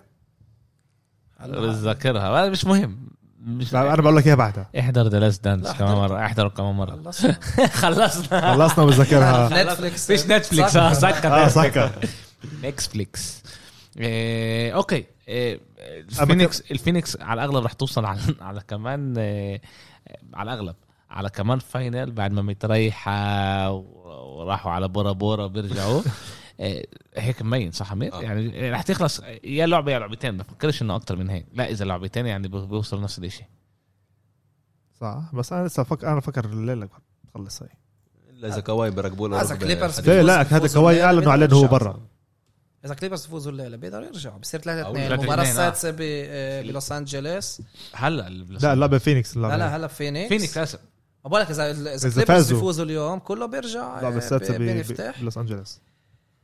S1: مش ذاكرها مش مهم مش
S2: انا بقول لك اياها بعدها
S1: احضر ذا لاست دانس
S4: لا،
S1: كمان
S4: احضر.
S1: مرة احضر كمان مرة
S2: (laughs)
S4: خلصنا
S1: (laughs) خلصنا
S2: خلصنا بتذكرها
S1: (laughs)
S4: (laughs)
S3: (laughs)
S4: نتفليكس
S1: فيش نتفليكس اه
S2: اه
S1: سكر
S2: سكر
S1: نتفليكس إيه، اوكي إيه، الفينيكس الفينيكس على الاغلب رح توصل على (laughs) على كمان إيه، على الاغلب على كمان فاينل بعد ما متريحة و- وراحوا على بورا بورا
S2: (laughs)
S1: بيرجعوا إيه، هيك مبين صح امير؟
S3: آه.
S1: يعني رح تخلص يا لعبه يا لعبتين ما بفكرش انه اكتر من هيك لا اذا لعبتين يعني بي- بيوصلوا نفس الشيء
S2: صح بس انا لسه فكر انا فكر الليله بخلص هاي
S3: الا اذا كواي بيركبوا له
S4: إذا
S3: ركبة
S4: كليبرز
S3: حديد.
S2: ليه لا هذا كواي اعلنوا عليه انه هو برا
S4: اذا كليبرز فوزوا الليله بيقدروا يرجعوا بصير 3
S3: أو
S4: 2
S1: 3-2
S4: المباراه
S1: آه.
S4: السادسه ب- آه، بلوس انجلوس
S1: هلا
S2: لا اللعبه فينيكس اللعبة.
S4: هلا هلا فينيكس
S1: فينيكس اسف
S4: ما بقولك اذا اذا
S2: إذا
S4: كليبرز
S2: فازوا.
S4: بيفوزوا اليوم كله بيرجع
S2: اللعبه السادسه
S4: ب-
S2: ب-
S4: بينفتح
S2: ب- بلوس انجلوس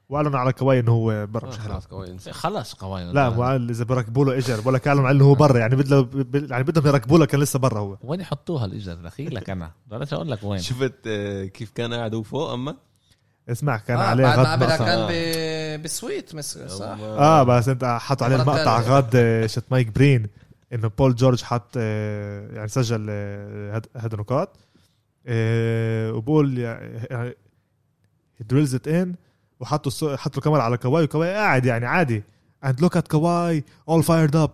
S2: واعلنوا على كواي انه هو برا
S3: آه،
S2: مش حلو
S3: خلاص كواي انسى.
S1: خلص قوايا
S2: لا مو قال اذا بركبوا له اجر ولا كان على انه هو برا يعني بدله ب- يعني بدهم يركبوا له كان لسه برا هو
S1: وين يحطوها الاجر دخيل لك (laughs) انا بلاش اقول
S4: طيب.
S1: لك وين
S3: شفت آه، كيف كان قاعد هو فوق اما
S2: اسمع كان
S4: آه،
S2: عليه
S4: بعد ما
S2: غد
S4: عملها
S2: مقطع
S4: كان
S3: آه.
S4: ب- بالسويت مس- صح
S2: اه بس انت حط عليه
S4: مرة
S2: المقطع
S4: تانية.
S2: غد آه، شت مايك برين انه بول جورج حط آه، يعني سجل آه، هاد هاد نقاط آه، وبقول يعني دريلز ات ان وحطوا الصو- حطوا الكاميرا على كواي وكواي قاعد يعني عادي اند لوك ات كواي اول فايرد اب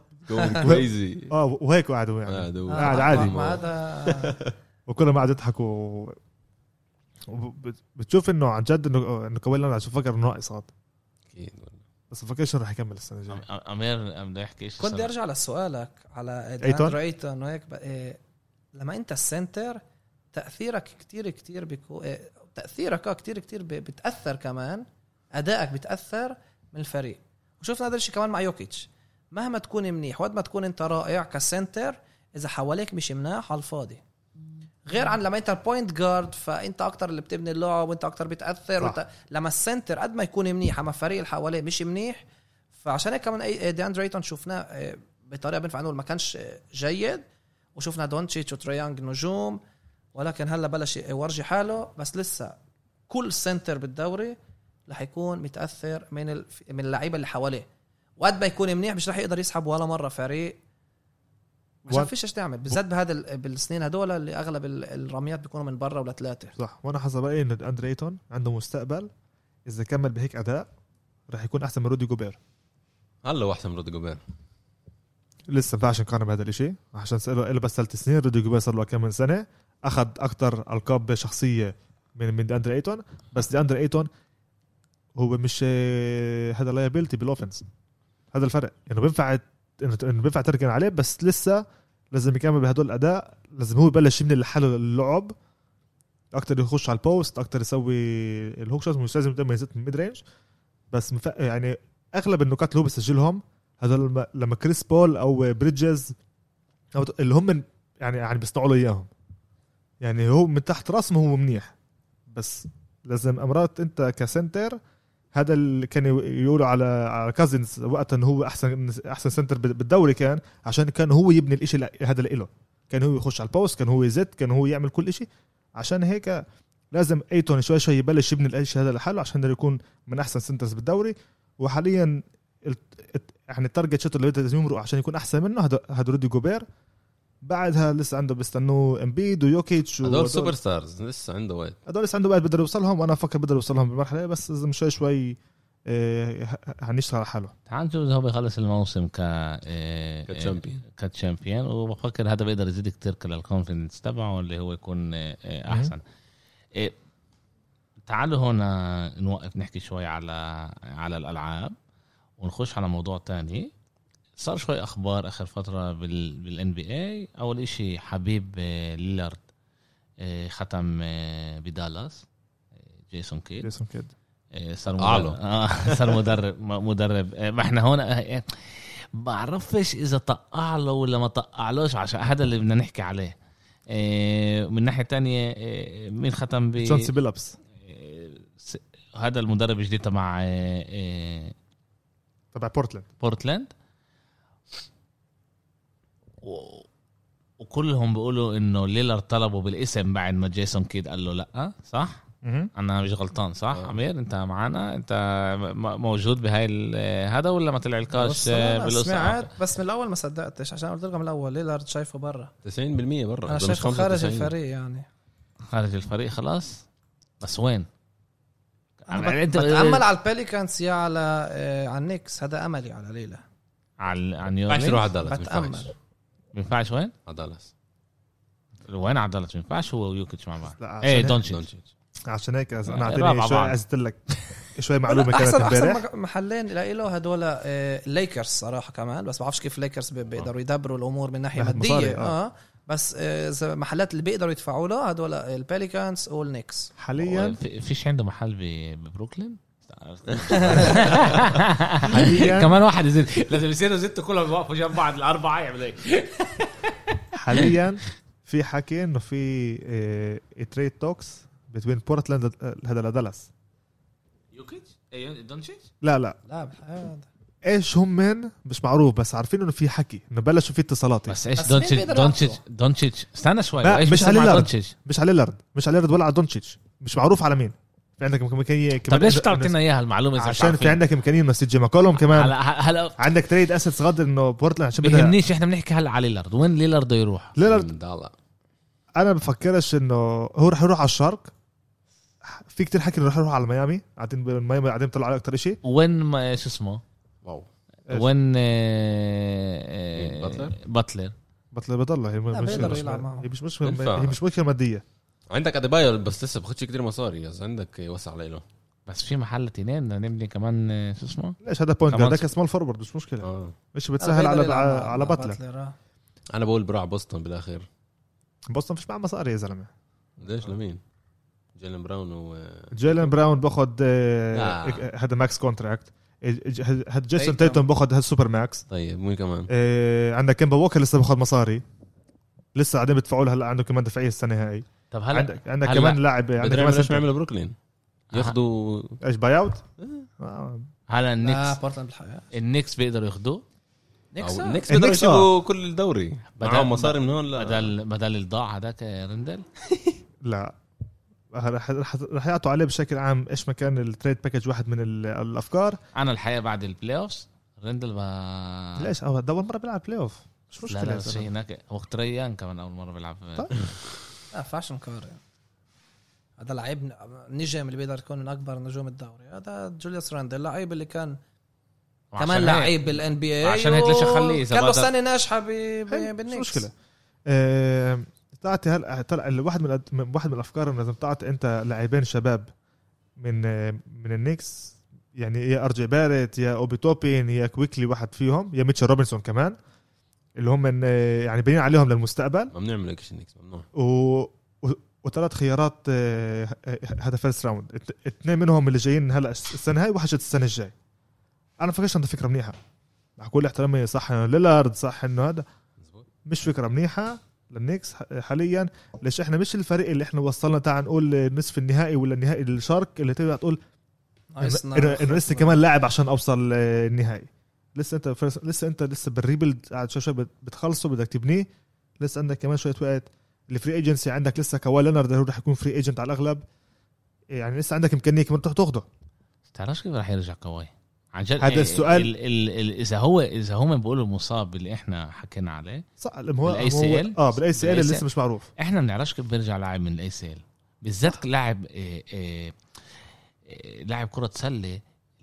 S3: كريزي
S2: اه وهيك قعدوا يعني قاعد
S4: آه،
S2: عادي.
S4: ما- ما هذا
S2: وكلهم قاعد يضحكوا و- وب- بتشوف انه عن جد آه، انه انه كواي لانارد عشان فكر انه ناقص هذا بس فكرش انه رح يكمل السنه الجايه
S1: أم- امير بدي احكي ايش
S4: كنت بدي
S1: السبب؟
S4: ارجع لسؤالك على
S2: أيتون؟
S4: ايتون ايتون وهيك ب- إيه، لما انت السنتر تاثيرك كتير كتير بيكو إيه، تاثيرك اه كتير كتير ب- بتاثر كمان ادائك بتاثر من الفريق وشفنا هذا الشيء كمان مع يوكيتش مهما تكون منيح وقد ما تكون انت رائع كسنتر اذا حواليك مش مناح على الفاضي غير عن لما انت البوينت جارد فانت اكتر اللي بتبني اللعب وانت اكتر بتاثر
S2: صح.
S4: وانت لما السنتر قد ما يكون منيح اما الفريق اللي حواليه مش منيح فعشان هيك كمان أي- دي اندر ايتون شفناه آه، بطريقه بينفع نقول ما كانش آه، جيد وشفنا دونتشيتش وتريانج نجوم ولكن هلا بلش يورجي حاله بس لسه كل سنتر بالدوري رح يكون متاثر من الف... من اللعيبه اللي حواليه وقد ما يكون منيح مش رح يقدر يسحب ولا مره فريق عشان
S2: وال-
S4: فيش ايش تعمل بالذات بهذا ال- بالسنين هدول اللي اغلب ال- الرميات بيكونوا من برا ولا ثلاثه
S2: صح إيه وانا حسب رايي انه اندري ايتون عنده مستقبل اذا كمل بهيك اداء رح يكون احسن من رودي جوبير
S3: هلا هو احسن من رودي جوبير
S2: لسه ما ينفعش نقارن بهذا الشيء عشان صار له بس ثلاث سنين رودي جوبير صار له كم من سنه اخذ اكثر القاب شخصيه من من اندري ايتون بس اندري ايتون هو مش آه، هذا لايبيلتي بالاوفنس هذا الفرق انه بينفع إنه- انه بينفع تركن عليه بس لسه لازم يكمل بهدول الاداء لازم هو يبلش يبني لحاله اللعب اكثر يخش على البوست اكثر يسوي الهوك شوت مش لازم دايما يزيد من الميد رينج بس مف... يعني اغلب النقاط اللي هو بيسجلهم هذول لما- لما كريس بول او بريدجز أو اللي هم من- يعني يعني بيصنعوا له اياهم يعني هو من تحت راسهم هو منيح بس لازم امرات انت كسنتر هذا اللي كان يقولوا على على كازنز وقتها انه هو احسن احسن سنتر بال- بالدوري كان عشان كان هو يبني الاشي ل- هذا لإله كان هو يخش على البوست كان هو يزت كان هو يعمل كل اشي عشان هيك لازم ايتون شوي شوي يبلش يبني الاشي هذا لحاله عشان يقدر يكون من احسن سنترز بالدوري وحاليا ال- الت- يعني التارجت شوت اللي لازم يمرق عشان يكون احسن منه هذا هذا رودي جوبير بعدها لسه عنده بيستنوه امبيد ويوكيتش
S3: هدول
S2: وهدول-
S3: سوبر ستارز لسه عنده وقت
S2: هدول لسه عنده وقت بقدر يوصلهم وانا بفكر بقدر يوصلهم بالمرحله بس لازم شوي شوي آه، ه- هنشتغل على حاله
S1: تعال جوز هو بيخلص الموسم ك آه،
S3: كتشامبيون.
S1: آه، كتشامبيون وبفكر هذا بيقدر يزيد كتير للكونفدنس تبعه اللي هو يكون آه، آه، احسن آه، تعالوا هنا نوقف نحكي شوي على على الالعاب ونخش على موضوع تاني صار شوي اخبار اخر فتره بالان بي اي اول اشي حبيب آه، ليلارد آه، ختم آه، بدالاس آه، جيسون كيد
S2: جيسون كيد
S1: إيه، صار
S3: أعلو.
S1: مدرب آه (laughs) صار مدرب م- مدرب إيه، ما احنا هون آه، إيه، بعرفش اذا طقع له ولا ما طقعلوش عشان هذا اللي بدنا نحكي عليه إيه، من ناحيه تانية إيه، مين ختم ب
S2: جونسي بيلابس
S1: إيه، س- هذا المدرب الجديد تبع إيه، إيه،
S2: تبع بورتلاند
S1: بورتلاند و... وكلهم بيقولوا انه ليلر طلبوا بالاسم بعد ما جيسون كيد قال له لا صح؟ انا مش غلطان صح
S3: آه.
S1: عمير انت معانا انت م- موجود بهاي ال- هذا ولا ما طلعلكاش
S4: بص، أنا
S1: بالقصة؟
S4: سمعت بس من الاول ما صدقتش عشان قلت لكم من الاول ليلارد شايفه برا
S3: 90% برا
S4: انا
S3: مش
S4: شايفه خارج
S3: 95.
S4: الفريق يعني
S1: خارج الفريق خلاص بس وين
S4: انا بت-
S1: يعني أنت-
S4: بتامل على البليكانز يا على آه، على النكس هذا املي على ليلى
S1: على عن
S3: ما ينفعش يروح
S1: يورلينز
S3: على دالاس ما ينفعش.
S4: بتامل
S1: ما ينفعش وين
S3: على دالاس
S1: وين على دالاس ما ينفعش هو ويوكيتش مع بعض
S2: لا،
S4: آه،
S2: عشان
S1: ايه
S2: هيك-
S1: دونتش
S3: دونتش
S2: عشان هيك أز-
S1: آه، رابعة
S2: انا اعطيني شوي
S1: بعض.
S2: عايز لك شوي
S4: (laughs)
S2: معلومه كانت
S4: احسن
S2: امبارح
S4: احسن مك- محلين لإله هدول ليكرز صراحه كمان بس بعرفش كيف ليكرز بي- بيقدروا يدبروا الامور من ناحيه
S2: ناحية
S4: ماديه
S2: آه. مصاري، آه.
S4: اه بس آه، إذا محلات اللي بيقدروا يدفعوا له هدول آه، البليكانز والنكس
S1: (laughs)
S2: حاليا
S1: في- فيش عنده محل ب- ببروكلين
S2: حالياً-
S1: (laughs) كمان واحد يزيد لازم يصيروا زدتوا كلهم يوقفوا جنب بعض الاربعه يعملوا إيه؟ هيك
S2: حاليا في حكي انه في آه، تريد توكس بين بورتلاند هذا لدالاس
S1: يوكيتش إيه، دونتش
S2: لا لا
S4: لا آه، هذا
S2: ايش هم من مش معروف بس عارفين انه في حكي انه بلشوا في اتصالات
S1: بس ايش
S4: بس مين
S1: دونتش
S4: بيقدر
S1: دونتش
S4: يعرفه؟
S1: دونتش استنى شوي
S2: لا،
S1: ايش
S2: مش
S1: بيصير
S2: علي
S1: مع
S2: لارد.
S1: دونتش
S2: مش على ليلارد مش على ليلارد ولا على دونتشيتش مش معروف على مين في عندك كمان كمان
S1: طب ليش
S2: إنه-
S1: بتعطينا اياها المعلومه اذا مش
S2: عشان في
S1: عارفين؟
S2: عندك امكانيه انه سجي ماكولوم كمان
S1: هلا هلا
S2: عندك تريد اسيتس غد انه بورتلاند عشان بدها
S1: بيهمنيش احنا بنحكي هلا على ليلارد وين ليلارد بده يروح؟
S2: ليلارد
S3: دالا
S2: انا بفكرش انه هو رح يروح على الشرق في كتير حكي انه رح يروح على ميامي قاعدين ب- ميامي قاعدين بيطلعوا عليه اكثر شيء
S1: وين ما شو اسمه؟
S3: واو
S2: إيش؟
S1: وين آه، آه،
S3: باتلر؟
S1: باتلر
S2: بطل بضل هي
S4: لا،
S2: مش
S4: بيقدروا
S2: مش
S4: يلعب معهم.
S2: هي مش مش
S3: ينفع.
S2: هي مش مشكله ماديه
S3: عندك اديبايو بس لسه باخدش كتير مصاري بس عندك وسع لإله
S1: بس في محل تنين بدنا نبني كمان آه، شو اسمه؟
S2: ليش هذا بوينت
S1: كمان آه.
S2: جارد هذاك سمول فورورد مش مشكله
S3: اه
S2: مش بتسهل على على, على باتلر
S4: باتلر
S3: انا بقول براع بوسطن بالاخر
S2: بوسطن فيش معاه مصاري يا زلمه
S3: ليش لمين؟ جيلن براون و
S2: جيلان براون باخذ آه،
S3: آه.
S2: هذا ماكس كونتراكت هاد جيسون
S4: تيتم.
S2: تيتون باخذ هاد سوبر ماكس
S3: طيب مين كمان؟
S2: آه، عندك كيمبا ووكر لسه باخذ مصاري لسه قاعدين بدفعوا له هلا عنده كمان دفعيه السنه هاي
S1: طب هلا
S2: عندك عندك
S1: هلا.
S2: كمان لاعب عندك
S3: بدنا
S2: كمان
S3: نعمل ايش
S2: سنتر.
S3: بيعملوا بروكلين ياخذوا
S2: ايش باي اوت؟ آه،
S1: هلا
S4: لا
S1: النكس
S4: بورتلاند بالحياه
S1: النكس بيقدروا ياخذوه
S4: نكس
S3: أو
S4: آه.
S3: النكس بدهم
S2: النكس،
S3: يجيبوا كل الدوري
S1: بدل-
S3: معهم مصاري من هون لا
S1: بدل بدل الضاع هذاك آه، رندل
S2: لا رح رح رح يعطوا عليه بشكل عام ايش ما كان التريد باكج واحد من ال- الافكار
S1: انا الحقيقه بعد البلاي اوفز رندل ب-
S2: ليش أول- ده اول مره بيلعب بلاي اوف مش
S1: آه. لا لا
S2: مشكله
S1: بس
S2: زلمة.
S1: هناك هو تريان كمان اول مره بيلعب
S2: طيب.
S4: لا فاشن نقارن هذا لعيب نجم اللي بيقدر يكون من اكبر نجوم الدوري هذا جوليوس راندل لعيب اللي كان
S1: وعشان
S4: كمان
S1: هيك-
S4: لعيب بالان بي اي
S1: عشان هيك ليش أخليه إذا
S4: كان له
S1: بقدر-
S4: سنه ناجحه ب- ب-
S2: حلو،
S4: يعني بالنكس
S2: مش مشكله آه، تعطي هلا طلع الواحد من الأد- من- واحد من الافكار إنه لازم تعطي انت لاعبين شباب من آه، من النكس يعني يا ارجي بارت يا اوبي توبين يا كويكلي واحد فيهم يا ميتشل روبنسون كمان اللي هم من آه، يعني بنين عليهم للمستقبل
S3: ممنوع من لكش النكس ممنوع
S2: و و- وثلاث خيارات آه، آه، هذا فيرست راوند ات- اثنين منهم اللي جايين هلا الس- السنه هاي وواحد جد السنه الجاي انا فكرش عنده فكره منيحه مع كل احترامي صح إنه ليلارد صح انه هذا
S3: مزبوط
S2: مش فكره منيحه للنكس حاليا ليش احنا مش الفريق اللي احنا وصلنا تعال نقول نصف النهائي ولا النهائي الشرق اللي تبقى تقول
S4: ناقصنا
S2: انه إنه لسه
S4: خطنا.
S2: كمان لاعب عشان اوصل آه، النهائي لسه انت فرس- لسه انت لسه بالريبلد قاعد شوي شوي بت- بتخلصه بدك تبنيه لسه عندك كمان شويه وقت الفري ايجنسي عندك لسه كواي لينارد هو رح يكون فري ايجنت على الاغلب يعني لسه عندك امكانيه كمان تروح تاخده
S1: بتعرفش كيف راح يرجع كواي عن جد
S2: هذا
S1: إيه،
S2: السؤال.
S1: ال ال ال اذا هو اذا هم بيقولوا مصاب اللي احنا حكينا عليه
S2: صح ما هو
S1: بال
S2: هو-
S1: ACL
S2: اه بالاي سي ال
S1: بال
S2: لسه مش معروف
S1: احنا ما بنعرفش كيف بيرجع لاعب من الاي سي ال بالذات لاعب إيه، إيه، إيه، لاعب كره سله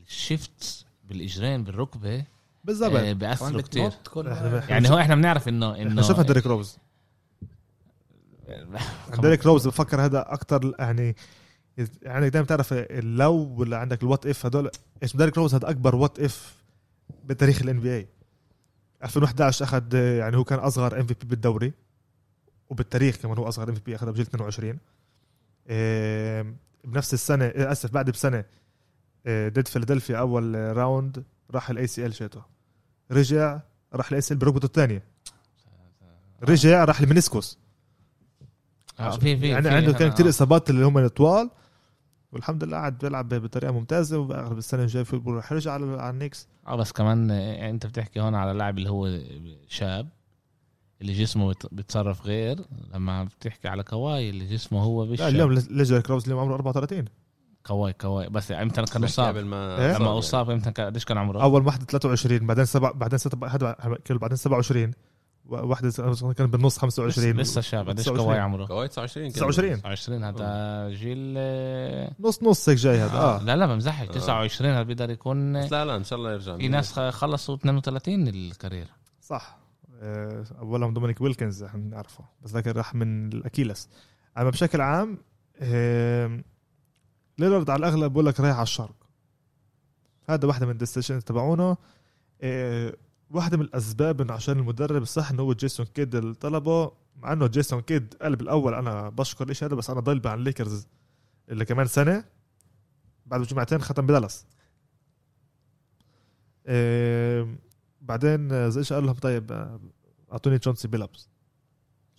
S1: الشيفت بالاجرين بالركبه
S2: بالظبط
S1: إيه،
S4: كمان
S1: بياثروا كتير
S4: بتنط كل
S2: إحنا-
S4: مرة.
S1: يعني هو احنا بنعرف انه
S2: احنا
S1: انه
S2: شفنا ديريك روز ديريك روز بفكر هذا اكثر يعني يعني دائما تعرف اللو ولا عندك الوات اف هدول اسم ديريك روز هذا اكبر وات اف بتاريخ الان بي اي 2011 اخذ يعني هو كان اصغر ام في بي بالدوري وبالتاريخ كمان هو اصغر ام في بي اخذها بجيل 22 إيه، بنفس السنه إيه، اسف بعد بسنه إيه، ضد فيلادلفيا اول راوند راح الاي سي ال شيته رجع راح الاي سي ال بركبته الثانيه رجع راح المنسكوس
S1: آه، في في آه.
S2: يعني
S1: في-
S2: عنده كان
S1: أنا-
S2: كثير اصابات اللي هم طوال والحمد لله قاعد بيلعب بطريقه ممتازه واغلب السنه الجايه في البول رح يرجع على على النكس
S1: اه بس كمان آه، انت بتحكي هون على لاعب اللي هو شاب اللي جسمه بت- بيتصرف غير لما بتحكي على كواي اللي جسمه هو مش
S2: لا اليوم ليجر كراوز اليوم عمره 34
S1: كواي كواي بس امتى كان
S3: بحكي
S1: مصاب
S3: قبل ما
S2: إيه؟
S1: لما اصاب امتى كان- قديش كان عمره؟
S2: اول واحده 23 بعدين سبع بعدين ست هذا كله بعدين 27 واحده كان بالنص
S1: لسه-
S2: 25
S1: لسه شاب قديش
S2: 29.
S1: كواي عمره؟
S3: كواي 29 كان.
S2: 29
S1: 29 هذا جيل آه،
S2: نص نص هيك جاي هذا اه
S1: لا لا بمزحك
S3: آه.
S1: 29 هذا بيقدر يكون
S3: بس لا لا ان شاء الله يرجع
S1: نعم. في ناس خ- خلصوا 32 الكارير
S2: صح آه، اولهم دومينيك ويلكنز احنا بنعرفه بس لكن راح من الاكيلس اما بشكل عام آم، ليلارد على الاغلب بقول لك رايح على الشرق هذا واحده من الديسيشنز تبعونه آه، واحده من الاسباب انه عشان المدرب صح انه هو جيسون كيد اللي طلبه مع انه جيسون كيد قلب الاول انا بشكر الشيء هذا بس انا ضل عن الليكرز اللي كمان سنه بعد جمعتين ختم بدلس آم، بعدين زيش قال لهم طيب آه، اعطوني تشونسي بيلابس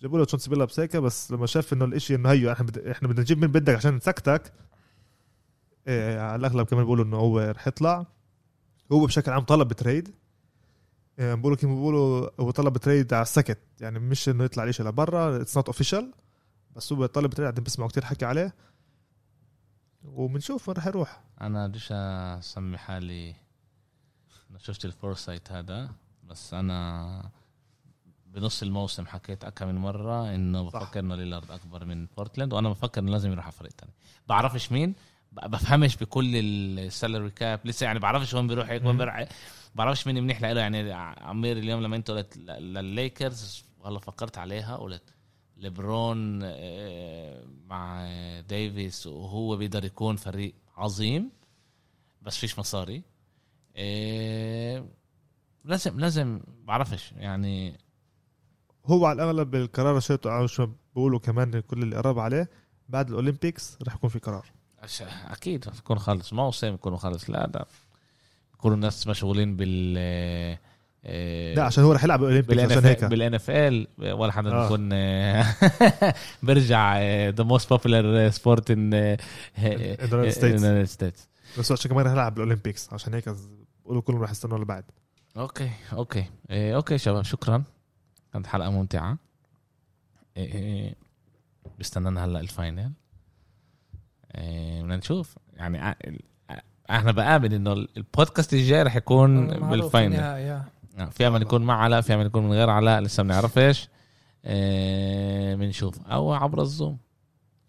S2: جابوا له تشونسي بيلابس هيك بس لما شاف انه الاشي انه هيو احنا بد... احنا بدنا نجيب من بدك عشان نسكتك إيه على الاغلب كمان بيقولوا انه هو رح يطلع هو بشكل عام طلب تريد إيه بيقولوا كيف بيقولوا هو طلب تريد على السكت يعني مش انه يطلع الاشي لبرا اتس نوت اوفيشال بس هو طلب تريد قاعدين بسمعوا كتير حكي عليه وبنشوف وين رح يروح
S1: انا بديش اسمي حالي انا شفت الفورسايت هذا بس انا بنص الموسم حكيت اكثر من مره انه
S2: صح.
S1: بفكر انه ليلارد اكبر من بورتلاند وانا بفكر انه لازم يروح على فريق ثاني بعرفش مين ب- بفهمش بكل السالري كاب لسه يعني بعرفش وين بيروح هيك وين
S2: مم.
S1: بيروح هيك. بعرفش مين منيح له يعني عمير اليوم لما انت قلت ل- للليكرز والله فكرت عليها قلت ليبرون آه، مع آه، ديفيس وهو بيقدر يكون فريق عظيم بس فيش مصاري آه، لازم لازم بعرفش يعني
S2: هو على الاغلب القرار شيته على شو بيقولوا كمان كل اللي قرب عليه بعد الاولمبيكس رح يكون في قرار
S1: عش- اكيد بكون خلص موسم بكون خلص لا ده بكونوا الناس مشغولين بال إيه،
S2: لا عشان هو رح يلعب الاولمبيكس عشان هيك
S1: بالان اف ال ولا حدا
S2: آه.
S1: بيكون (laughs) برجع إيه، ذا موست بوبولار سبورت ان إيه،
S2: United States.
S1: ستيتس
S2: بس هو عشان كمان رح يلعب بالاولمبيكس عشان هيك بقولوا كلهم رح يستنوا لبعد
S1: اوكي اوكي إيه، اوكي شباب شكرا كانت حلقه ممتعه إيه، إيه، بستنانا هلا الفاينل إيه، بدنا نشوف يعني ع- ال- ع- احنا بآمن انه ال- البودكاست الجاي رح يكون
S4: معروف
S1: بالفاينل
S4: إنها- يا.
S1: آه، في امل يكون مع علاء في امل يكون من غير علاء لسه بنعرفش آه، بنشوف او عبر الزوم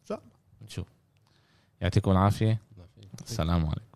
S2: إن شاء
S1: بنشوف يعطيكم العافيه السلام عليكم